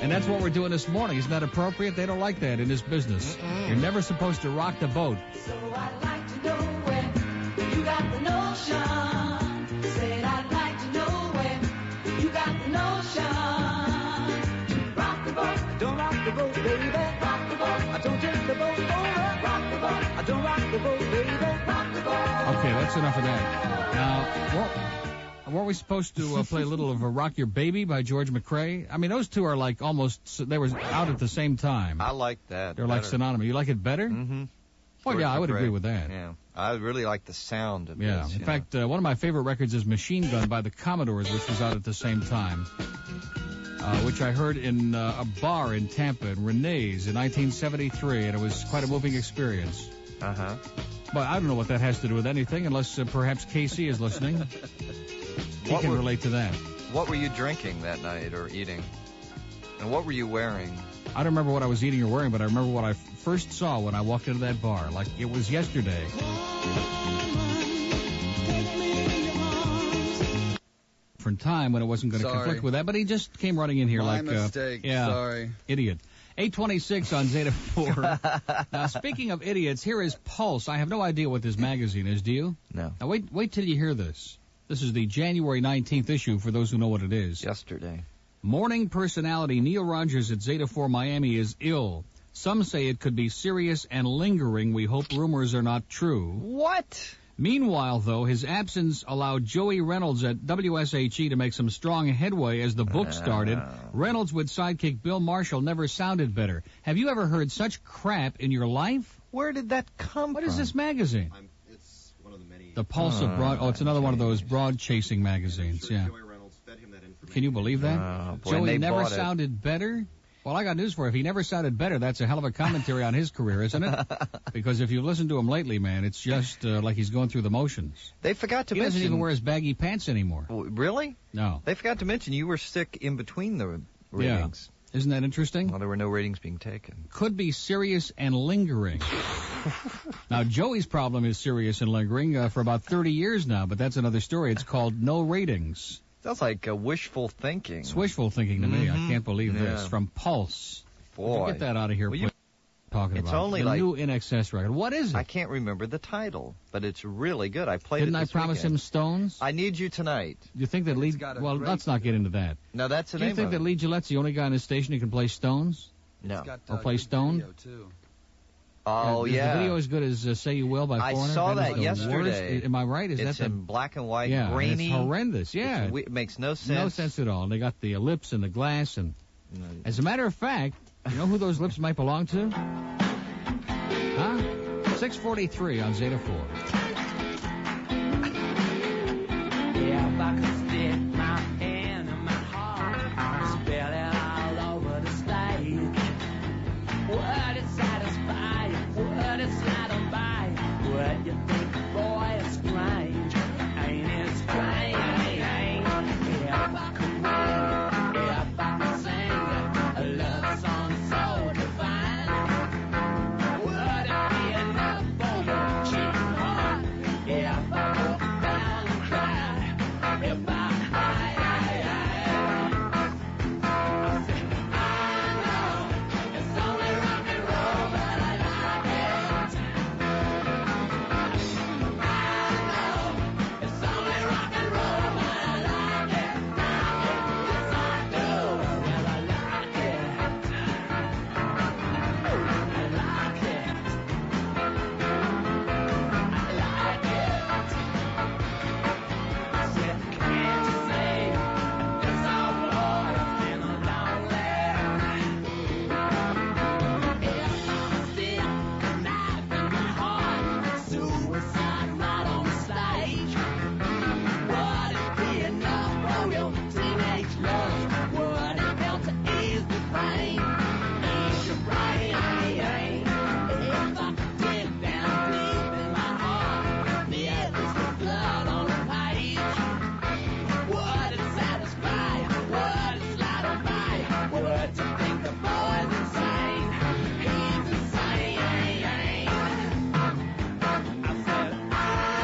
[SPEAKER 2] And that's what we're doing this morning. Isn't that appropriate? They don't like that in this business. You're never supposed to rock the boat.
[SPEAKER 9] So I'd like to know where you got the notion. Said I'd like to know where you got the notion. To Rock the boat. Don't rock the boat, baby. Rock the boat. I don't take the boat over. Rock the boat. I don't rock the boat, baby. Rock the boat.
[SPEAKER 2] Okay, that's enough of that. Now, weren't, weren't we supposed
[SPEAKER 3] (laughs)
[SPEAKER 2] to uh, play a little of uh, "Rock Your Baby" by George McRae? I mean, those two are like almost they were out at the same time.
[SPEAKER 3] I like that.
[SPEAKER 2] They're like
[SPEAKER 3] better.
[SPEAKER 2] synonymous. You like it better?
[SPEAKER 3] Mm-hmm.
[SPEAKER 2] Well,
[SPEAKER 3] George
[SPEAKER 2] yeah, I would
[SPEAKER 3] McRae.
[SPEAKER 2] agree with that.
[SPEAKER 3] Yeah. I really like the sound of
[SPEAKER 2] Yeah.
[SPEAKER 3] this.
[SPEAKER 2] In
[SPEAKER 3] you
[SPEAKER 2] fact, uh, one of my favorite records is Machine Gun by the Commodores, which was out at the same time.
[SPEAKER 7] uh, which I heard in uh, a bar in Tampa, in Renee's, in 1973, and it was quite a moving experience.
[SPEAKER 3] Uh huh.
[SPEAKER 7] But I don't know what that has to do with anything, unless uh, perhaps Casey is
[SPEAKER 3] (laughs)
[SPEAKER 7] listening. he
[SPEAKER 3] What
[SPEAKER 7] can
[SPEAKER 3] were-
[SPEAKER 7] relate to that.
[SPEAKER 3] What were you drinking that night or eating? And what were you wearing?
[SPEAKER 7] I don't remember what I was eating or wearing, but I remember what I f- first saw when I walked into that bar, like it was yesterday. Different time when it wasn't going to
[SPEAKER 4] Sorry.
[SPEAKER 7] conflict with that, but he just came running in here
[SPEAKER 4] My
[SPEAKER 7] like
[SPEAKER 4] mistake.
[SPEAKER 7] Uh, yeah,
[SPEAKER 4] Sorry.
[SPEAKER 7] idiot. 826 on Zeta
[SPEAKER 3] (laughs)
[SPEAKER 7] 4. now, speaking of idiots, here is Pulse. I have no idea what this magazine is, do you?
[SPEAKER 3] No.
[SPEAKER 7] Now, wait, wait till you hear this. This is the January 19th issue for those who know what it is.
[SPEAKER 3] Yesterday.
[SPEAKER 7] Morning personality Neil Rogers at Zeta 4 Miami is ill. Some say it could be serious and lingering. We hope rumors are not true.
[SPEAKER 3] What?
[SPEAKER 7] Meanwhile, though, his absence allowed Joey Reynolds at WSHE E to make some strong headway as the book started.
[SPEAKER 3] Oh.
[SPEAKER 7] Reynolds with sidekick Bill Marshall never sounded better. Have you ever heard such crap in your life?
[SPEAKER 3] Where did that come
[SPEAKER 7] What is this magazine?
[SPEAKER 2] It's one of the many.
[SPEAKER 7] The Pulse of Broad. Oh, it's another one of those
[SPEAKER 3] Ah,
[SPEAKER 7] broad chasing magazines. Yeah. Can you believe that?
[SPEAKER 3] Oh, boy, and
[SPEAKER 7] Joey
[SPEAKER 3] they
[SPEAKER 7] never
[SPEAKER 3] bought it.
[SPEAKER 7] sounded better. Well, I got news for you. If he never sounded better, that's a hell of a commentary on his career, isn't
[SPEAKER 3] (laughs)
[SPEAKER 7] it? Because if you've listened to him lately, man, it's just uh, like he's going through the motions.
[SPEAKER 3] They forgot to
[SPEAKER 7] He
[SPEAKER 3] mention.
[SPEAKER 7] doesn't even wear his baggy pants anymore.
[SPEAKER 3] W- Really?
[SPEAKER 7] No.
[SPEAKER 3] They forgot to mention you were sick in between the ratings.
[SPEAKER 7] Isn't that interesting?
[SPEAKER 3] Well, there were no ratings being taken.
[SPEAKER 7] Could be serious and lingering. now, Joey's problem is serious and lingering uh, for about 30 years now, but that's another story. It's called No Ratings.
[SPEAKER 3] That's like uh wishful thinking.
[SPEAKER 7] It's wishful thinking to me. I
[SPEAKER 3] Mhm.
[SPEAKER 7] can't believe this.
[SPEAKER 3] Yeah.
[SPEAKER 7] From Pulse.
[SPEAKER 3] Boy.
[SPEAKER 7] Get that out of here,
[SPEAKER 3] Will
[SPEAKER 7] please.
[SPEAKER 3] you-
[SPEAKER 7] Talking
[SPEAKER 3] It's
[SPEAKER 7] about
[SPEAKER 3] only
[SPEAKER 7] the
[SPEAKER 3] like-
[SPEAKER 7] new In Excess record. What is it?
[SPEAKER 3] I can't remember the title, but it's really good. I played
[SPEAKER 7] Didn't
[SPEAKER 3] it
[SPEAKER 7] I
[SPEAKER 3] this
[SPEAKER 7] promise
[SPEAKER 3] weekend.
[SPEAKER 7] him Stones?
[SPEAKER 3] I need you tonight.
[SPEAKER 7] Do you think that Lee? Well, let's not get into that.
[SPEAKER 3] Now that's the
[SPEAKER 7] Do you
[SPEAKER 3] name
[SPEAKER 7] think
[SPEAKER 3] of
[SPEAKER 7] that
[SPEAKER 3] it.
[SPEAKER 7] Lee Gillette's the only guy in this station who can play Stones
[SPEAKER 3] No.
[SPEAKER 7] or uh, play Stone?
[SPEAKER 3] Oh
[SPEAKER 7] Is The video
[SPEAKER 3] yeah.
[SPEAKER 7] as good as uh, "Say You Will" by
[SPEAKER 3] I
[SPEAKER 7] Foreigner.
[SPEAKER 3] saw
[SPEAKER 7] That
[SPEAKER 3] that
[SPEAKER 7] is the worst-
[SPEAKER 3] yesterday.
[SPEAKER 7] Am I right? Is
[SPEAKER 3] it's
[SPEAKER 7] that
[SPEAKER 3] in
[SPEAKER 7] the
[SPEAKER 3] black and white,
[SPEAKER 7] yeah, and
[SPEAKER 3] grainy?
[SPEAKER 7] It's horrendous. Yeah,
[SPEAKER 3] It's we- It makes no sense.
[SPEAKER 7] no sense at all. And they got the lips and the glass, and as a matter of fact, you know who those lips might belong to? Huh? 6:43 on Zeta 4.
[SPEAKER 9] Yeah, if I could stick my hand in my heart, I'd spill it all over the stage. Would it satisfy you? Would it satisfy you? Would you think, boy, it's strange? Ain't it strange? If I could win, if I could sing a love song so divine, would it be enough for your cheating heart? If I could down and cry. If I I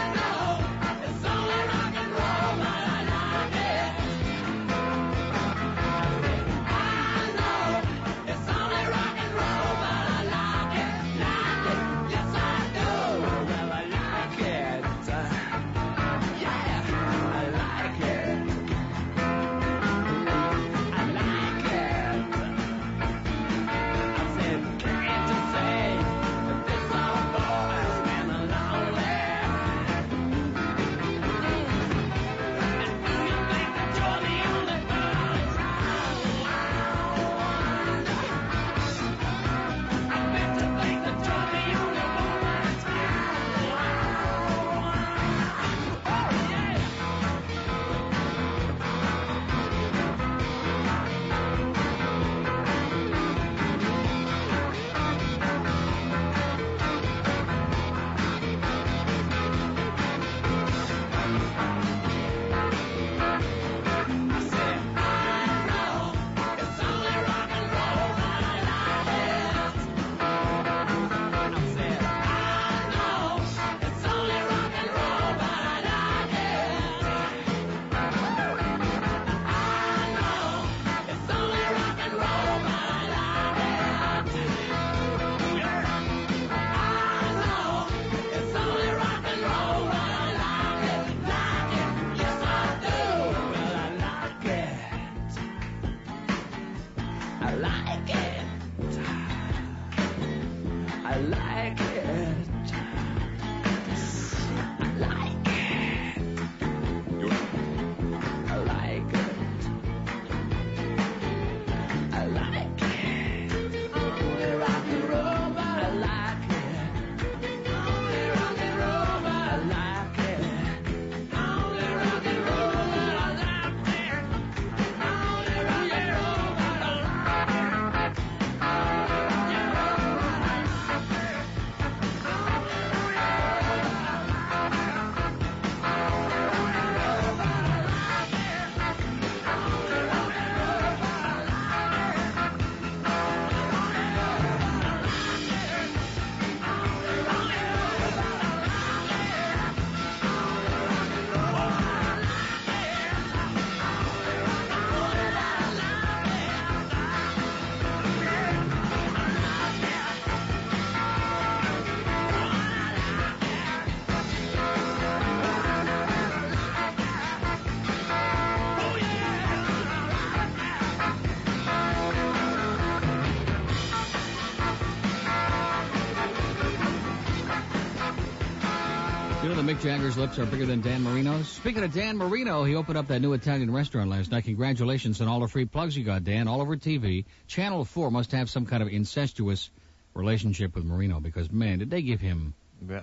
[SPEAKER 7] Jagger's lips are bigger than Dan Marino's? Speaking of Dan Marino, he opened up that new Italian restaurant last night. Congratulations on all the free plugs you got, Dan, all over TV. Channel 4 must have some kind of incestuous relationship with Marino because, man, did they give him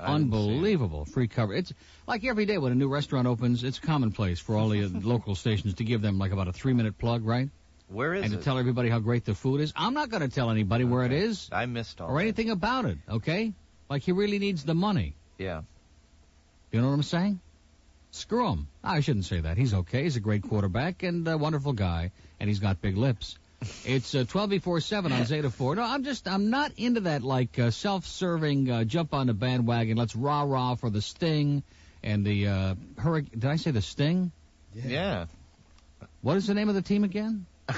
[SPEAKER 7] unbelievable free coverage. It's like every day when a new restaurant opens, it's commonplace for all the
[SPEAKER 3] (laughs)
[SPEAKER 7] uh, local stations to give them like about a three minute plug, right?
[SPEAKER 3] Where is
[SPEAKER 7] and
[SPEAKER 3] it?
[SPEAKER 7] to tell everybody how great the food is. I'm not going to tell anybody where it is
[SPEAKER 3] I missed all.
[SPEAKER 7] or anything about it, okay? Like he really needs the money.
[SPEAKER 3] Yeah.
[SPEAKER 7] You know what I'm saying? Screw him. I shouldn't say that. He's okay. He's a great quarterback and a wonderful guy, and he's got big lips. It's uh, 12 before 7 on Zeta 4. No, I'm just, I'm not into that, like, uh, self-serving, uh, jump on the bandwagon, let's rah-rah for the sting and the, uh, hurricane. Did I say the sting?
[SPEAKER 3] Yeah.
[SPEAKER 7] What is the name of the team again?
[SPEAKER 3] (laughs)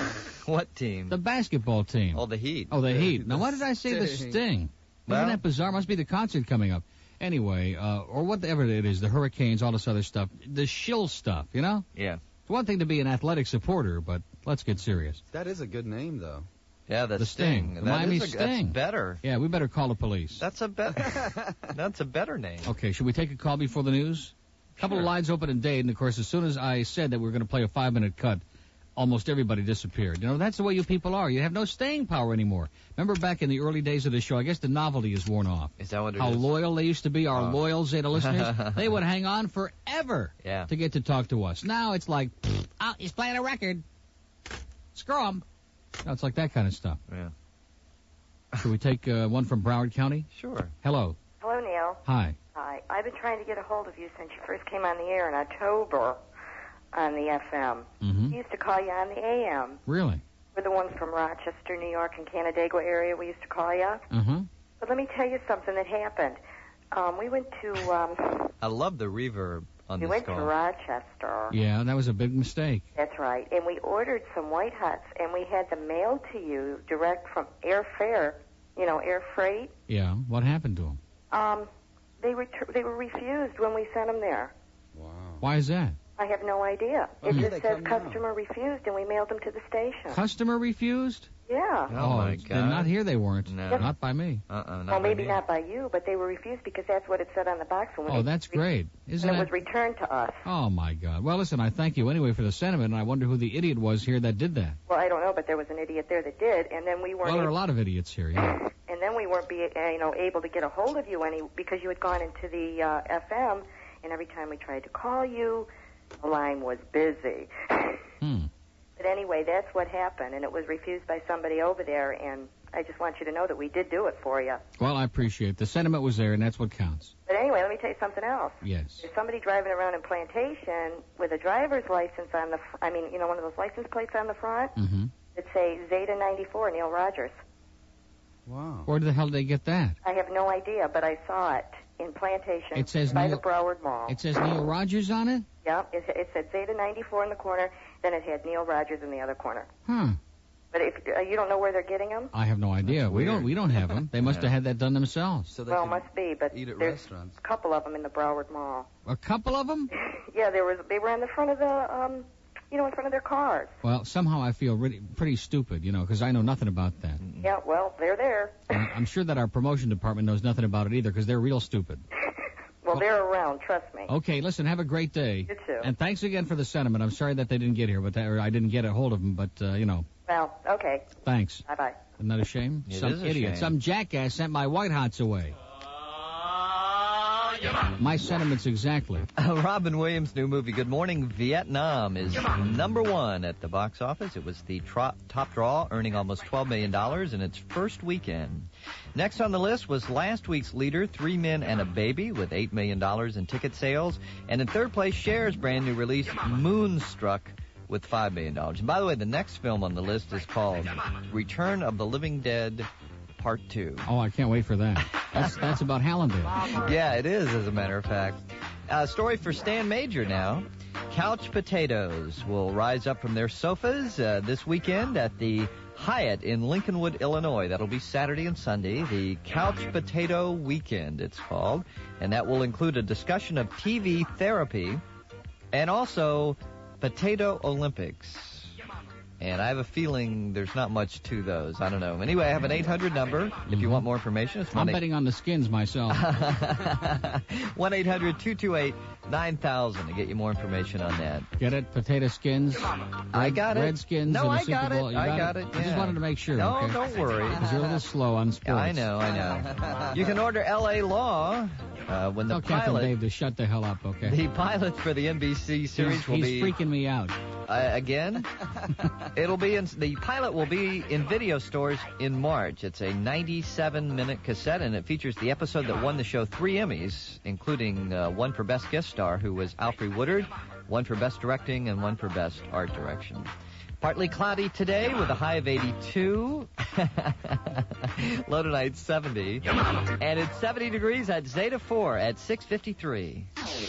[SPEAKER 3] What team?
[SPEAKER 7] The basketball team.
[SPEAKER 3] Oh, the Heat.
[SPEAKER 7] Oh, the Heat. Now, why did I say the
[SPEAKER 3] Sting.
[SPEAKER 7] Sting?
[SPEAKER 3] Well-
[SPEAKER 7] Isn't that bizarre? Must be the concert coming up. Anyway, uh, or whatever it is, the Hurricanes, all this other stuff, the shill stuff, you know?
[SPEAKER 3] Yeah.
[SPEAKER 7] It's one thing to be an athletic supporter, but let's get serious.
[SPEAKER 4] That is a good name, though.
[SPEAKER 3] Yeah, the,
[SPEAKER 7] the Sting. The
[SPEAKER 3] That
[SPEAKER 7] Miami
[SPEAKER 3] is a- that's
[SPEAKER 7] Sting.
[SPEAKER 3] better.
[SPEAKER 7] Yeah, we better call the police.
[SPEAKER 3] That's a better. that's a better name.
[SPEAKER 7] Okay, should we take a call before the news? A couple of
[SPEAKER 3] Sure.
[SPEAKER 7] lines open in Dade, and of course, as soon as I said that we were going to play a five minute cut, almost everybody disappeared. You know, that's the way you people are. You have no staying power anymore. Remember back in the early days of the show, I guess the novelty is worn off.
[SPEAKER 3] Is that what it is? Uh.
[SPEAKER 7] How loyal they used to be, our loyal Zeta listeners.
[SPEAKER 3] (laughs)
[SPEAKER 7] they would hang on forever
[SPEAKER 3] Yeah.
[SPEAKER 7] to get to talk to us. Now it's like, pfft,
[SPEAKER 16] Oh, he's playing a record. Screw him.
[SPEAKER 7] no, it's like that kind of stuff.
[SPEAKER 3] Yeah.
[SPEAKER 7] Should we take uh, one from Broward County?
[SPEAKER 3] Sure.
[SPEAKER 7] Hello.
[SPEAKER 17] Hello, Neil.
[SPEAKER 7] Hi.
[SPEAKER 17] Hi. I've been trying to get a hold of you since you first came on the air in October on the FM.
[SPEAKER 7] Mm-hmm.
[SPEAKER 17] We used to call you on the AM.
[SPEAKER 7] Really?
[SPEAKER 17] We're the ones from Rochester, New York, and Canandaigua area. We used to call you.
[SPEAKER 7] Uh-huh.
[SPEAKER 17] But let me tell you something that happened. Um, we went to um,
[SPEAKER 3] I love the reverb on
[SPEAKER 17] we
[SPEAKER 3] this
[SPEAKER 17] went
[SPEAKER 3] call.
[SPEAKER 17] to Rochester.
[SPEAKER 7] Yeah, that was a big mistake.
[SPEAKER 17] That's right. And we ordered some White Huts, and we had them mailed to you direct from airfare. You know, air freight.
[SPEAKER 7] Yeah. What happened to him?
[SPEAKER 17] Um, they were tr- they were refused when we sent them there.
[SPEAKER 7] Why is that?
[SPEAKER 17] I have no idea.
[SPEAKER 7] Well,
[SPEAKER 17] it
[SPEAKER 7] here
[SPEAKER 17] just
[SPEAKER 7] Oh, they
[SPEAKER 17] says
[SPEAKER 7] come now.
[SPEAKER 17] customer refused, and we mailed them to the station.
[SPEAKER 7] Customer refused?
[SPEAKER 17] yeah.
[SPEAKER 3] my
[SPEAKER 7] it's-
[SPEAKER 3] God.
[SPEAKER 7] then Oh, Not here they weren't.
[SPEAKER 3] No.
[SPEAKER 7] Not by me.
[SPEAKER 3] Uh-uh.
[SPEAKER 17] well, maybe not by you, but they were refused because that's what it said on the box when we
[SPEAKER 7] Oh, that's great.
[SPEAKER 17] and
[SPEAKER 7] Isn't
[SPEAKER 17] it was
[SPEAKER 7] that?
[SPEAKER 17] returned to us.
[SPEAKER 7] Oh my God. Well, listen, I thank you anyway for the sentiment, and I wonder who the idiot was here that did that.
[SPEAKER 17] Well, I don't know, but there was an idiot there that did, and then we weren't.
[SPEAKER 7] Well, there are a
[SPEAKER 17] ab-
[SPEAKER 7] lot of idiots here. Yeah.
[SPEAKER 17] and then we weren't be uh, you know able to get a hold of you any because you had gone into the uh, FM, and every time we tried to call you, the line was busy. (laughs)
[SPEAKER 7] Hmm.
[SPEAKER 17] But anyway, that's what happened, and it was refused by somebody over there. And I just want you to know that we did do it for you.
[SPEAKER 7] Well, I appreciate it. the sentiment was there, and that's what counts.
[SPEAKER 17] But anyway, let me tell you something else.
[SPEAKER 7] Yes.
[SPEAKER 17] There's somebody driving around in Plantation with a driver's license on the, fr- I mean, you know, one of those license plates on the front
[SPEAKER 7] Mm-hmm.
[SPEAKER 17] that say Zeta 94 Neil Rogers.
[SPEAKER 4] Wow.
[SPEAKER 7] Where the hell did they get that?
[SPEAKER 17] I have no idea, but I saw it in Plantation
[SPEAKER 7] It says
[SPEAKER 17] by
[SPEAKER 7] Neil-
[SPEAKER 17] the Broward Mall.
[SPEAKER 7] It says Neil Rogers on it.
[SPEAKER 17] Yep, it, it said Zeta 94 in the corner, then it had Neil Rogers in the other corner.
[SPEAKER 7] Huh.
[SPEAKER 17] But if uh, you don't know where they're getting them,
[SPEAKER 7] I have no idea. we don't. We don't have them. They must
[SPEAKER 17] Yeah.
[SPEAKER 7] have had that done themselves.
[SPEAKER 4] So
[SPEAKER 17] well, must be, but
[SPEAKER 4] eat at
[SPEAKER 17] there's
[SPEAKER 4] restaurants.
[SPEAKER 17] a couple of them in the Broward Mall.
[SPEAKER 7] A couple of them.
[SPEAKER 17] (laughs) yeah, there was. They were in the front of the, um, you know, in front of their cars.
[SPEAKER 7] Well, somehow I feel really, pretty stupid, you know, because I know nothing about that.
[SPEAKER 17] Yeah, well, they're there.
[SPEAKER 7] And Uh, I'm sure that our promotion department knows nothing about it either, because they're real stupid.
[SPEAKER 17] Well, they're around. Trust me.
[SPEAKER 7] Okay, listen, have a great day.
[SPEAKER 17] You too.
[SPEAKER 7] Oh. And thanks again for the sentiment. I'm sorry that they didn't get here, but that, or I didn't get a hold of them. But uh, you know,
[SPEAKER 17] Well, okay.
[SPEAKER 7] thanks.
[SPEAKER 17] Bye bye.
[SPEAKER 7] Isn't that a shame?
[SPEAKER 3] It
[SPEAKER 7] some
[SPEAKER 3] is a
[SPEAKER 7] idiot,
[SPEAKER 3] shame.
[SPEAKER 7] some jackass sent my White Hots away. My sentiments exactly.
[SPEAKER 3] (laughs) Robin Williams' new movie, Good Morning Vietnam, is number one at the box office. It was the tro- top draw, earning almost $12 million in its first weekend. Next on the list was last week's leader, Three Men and a Baby, with $8 million in ticket sales. And in third place, Cher's brand new release, Moonstruck, with $5 million. And by the way, the next film on the list is called Return of the Living Dead Part 2.
[SPEAKER 7] Oh, I can't wait for that. That's that's about Hallandale.
[SPEAKER 3] Yeah, it is, as a matter of fact. Uh, story for Stan Major now. Couch potatoes will rise up from their sofas uh, this weekend at the Hyatt in Lincolnwood, Illinois. That'll be Saturday and Sunday, the Couch Potato Weekend, it's called. And that will include a discussion of TV therapy and also Potato Olympics. And I have a feeling there's not much to those. I don't know. Anyway, I have an 800 number. If you want more information, it's
[SPEAKER 7] I'm
[SPEAKER 3] 1
[SPEAKER 7] betting on the skins myself.
[SPEAKER 3] (laughs) 800 228 9000 to get you more information on that.
[SPEAKER 7] Get it? Potato skins?
[SPEAKER 3] I got it.
[SPEAKER 7] Redskins
[SPEAKER 3] No,
[SPEAKER 7] and the
[SPEAKER 3] I
[SPEAKER 7] Super
[SPEAKER 3] got
[SPEAKER 7] Bowl.
[SPEAKER 3] it.
[SPEAKER 7] You
[SPEAKER 3] I got it,
[SPEAKER 7] I just
[SPEAKER 3] yeah.
[SPEAKER 7] wanted to make sure.
[SPEAKER 3] No,
[SPEAKER 7] okay?
[SPEAKER 3] don't worry.
[SPEAKER 7] 'Cause you're a little slow on sports.
[SPEAKER 3] I know, I
[SPEAKER 7] (laughs)
[SPEAKER 3] know. You can order LA Law uh, when the
[SPEAKER 7] Tell Captain
[SPEAKER 3] pilot.
[SPEAKER 7] Dave to shut the hell up, okay?
[SPEAKER 3] The pilot for the NBC series
[SPEAKER 7] He's-
[SPEAKER 3] will
[SPEAKER 7] he's
[SPEAKER 3] be
[SPEAKER 7] freaking me out.
[SPEAKER 3] (laughs) Uh,
[SPEAKER 7] (laughs)
[SPEAKER 3] again, it'll be in the pilot will be in video stores in March. It's a 97-minute cassette, and it features the episode that won the show three Emmys, including uh, one for Best Guest Star, who was Alfre Woodard, one for Best Directing, and one for Best Art Direction. Partly cloudy today with a high of 82. (laughs) Low tonight 70. And it's 70 degrees at Zeta 4 at 653.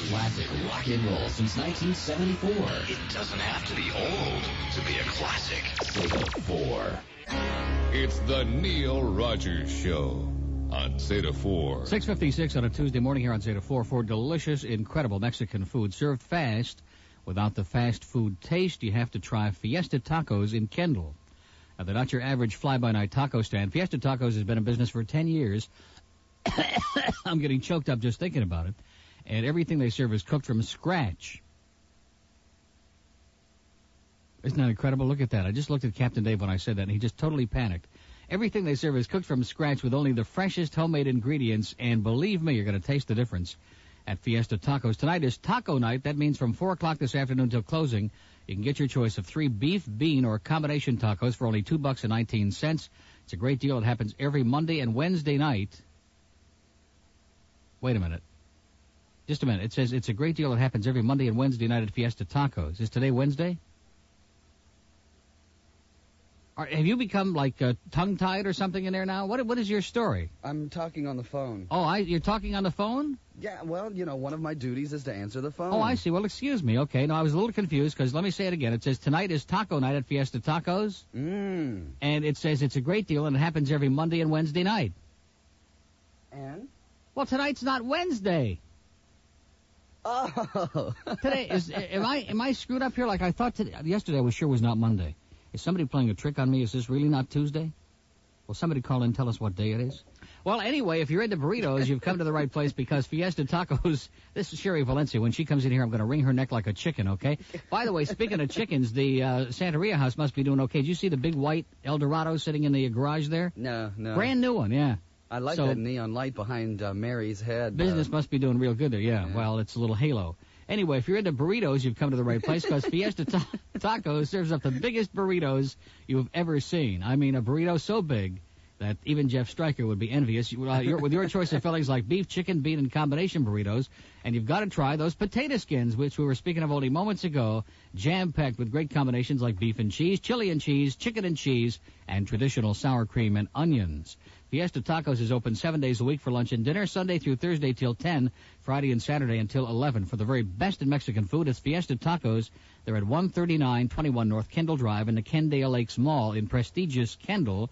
[SPEAKER 9] Classic rock and roll since 1974. It doesn't have to be old to be a classic. Sega 4.
[SPEAKER 10] It's the Neil Rogers Show on Zeta 4.
[SPEAKER 7] 656 on a Tuesday morning here on Zeta 4 for delicious, incredible Mexican food served fast without the fast food taste. You have to try Fiesta Tacos in Kendall. Now, they're not your average fly-by-night taco stand. Fiesta Tacos has been in business for 10 years. (coughs) I'm getting choked up just thinking about it. And everything they serve is cooked from scratch. Isn't that incredible? Look at that. I just looked at Captain Dave when I said that, and he just totally panicked. Everything they serve is cooked from scratch with only the freshest homemade ingredients, and believe me, you're going to taste the difference at Fiesta Tacos. Tonight is taco night. That means from 4 o'clock this afternoon till closing, you can get your choice of three beef, bean, or combination tacos for only 2 bucks and 19 cents. It's a great deal. It happens every Monday and Wednesday night. Wait a minute. Just a minute. It says it's a great deal. It happens every Monday and Wednesday night at Fiesta Tacos. Is today Wednesday? Are, have you become like uh, tongue-tied or something in there now? What what is your story?
[SPEAKER 4] I'm talking on the phone.
[SPEAKER 7] Oh, I you're talking on the phone?
[SPEAKER 4] Yeah, well, you know, one of my duties is to answer the phone.
[SPEAKER 7] Oh, I see. Well, excuse me. Okay, no, I was a little confused because let me say it again. It says tonight is Taco Night at Fiesta Tacos,
[SPEAKER 4] Mm.
[SPEAKER 7] and it says it's a great deal and it happens every Monday and Wednesday night.
[SPEAKER 4] And?
[SPEAKER 7] Well, tonight's not Wednesday.
[SPEAKER 4] Oh.
[SPEAKER 7] Today
[SPEAKER 4] (laughs)
[SPEAKER 7] is am I am I screwed up here? Like I thought today, yesterday was sure was not Monday. Is somebody playing a trick on me? Is this really not Tuesday? Will somebody call in and tell us what day it is? Well, anyway, if you're into burritos, you've come to the right place because Fiesta Tacos. (laughs) This is Sherry Valencia. When she comes in here, I'm going to wring her neck like a chicken. Okay. By the way, speaking of chickens, the uh, Santeria house must be doing okay. Did you see the big white El Dorado sitting in the garage there?
[SPEAKER 4] No, no.
[SPEAKER 7] Brand new one, yeah.
[SPEAKER 4] I like
[SPEAKER 7] So-
[SPEAKER 4] that neon light behind uh, Mary's head. uh,
[SPEAKER 7] Business must be doing real good there, yeah. Well, it's a little halo. Anyway, if you're into burritos, you've come to the right place because
[SPEAKER 4] (laughs)
[SPEAKER 7] Fiesta Ta- Tacos serves up the biggest burritos you've ever seen. I mean, a burrito so big that even Jeff Stryker would be envious. You- uh, your- with your choice of fillings like beef, chicken, bean, and combination burritos, and you've got to try those potato skins, which we were speaking of only moments ago, jam-packed with great combinations like beef and cheese, chili and cheese, chicken and cheese, and traditional sour cream and onions. Fiesta Tacos is open seven days a week for lunch and dinner, Sunday through Thursday till 10, Friday and Saturday until 11. For the very best in Mexican food, it's Fiesta Tacos. They're at 13921 North Kendall Drive in the Kendale Lakes Mall in prestigious Kendall.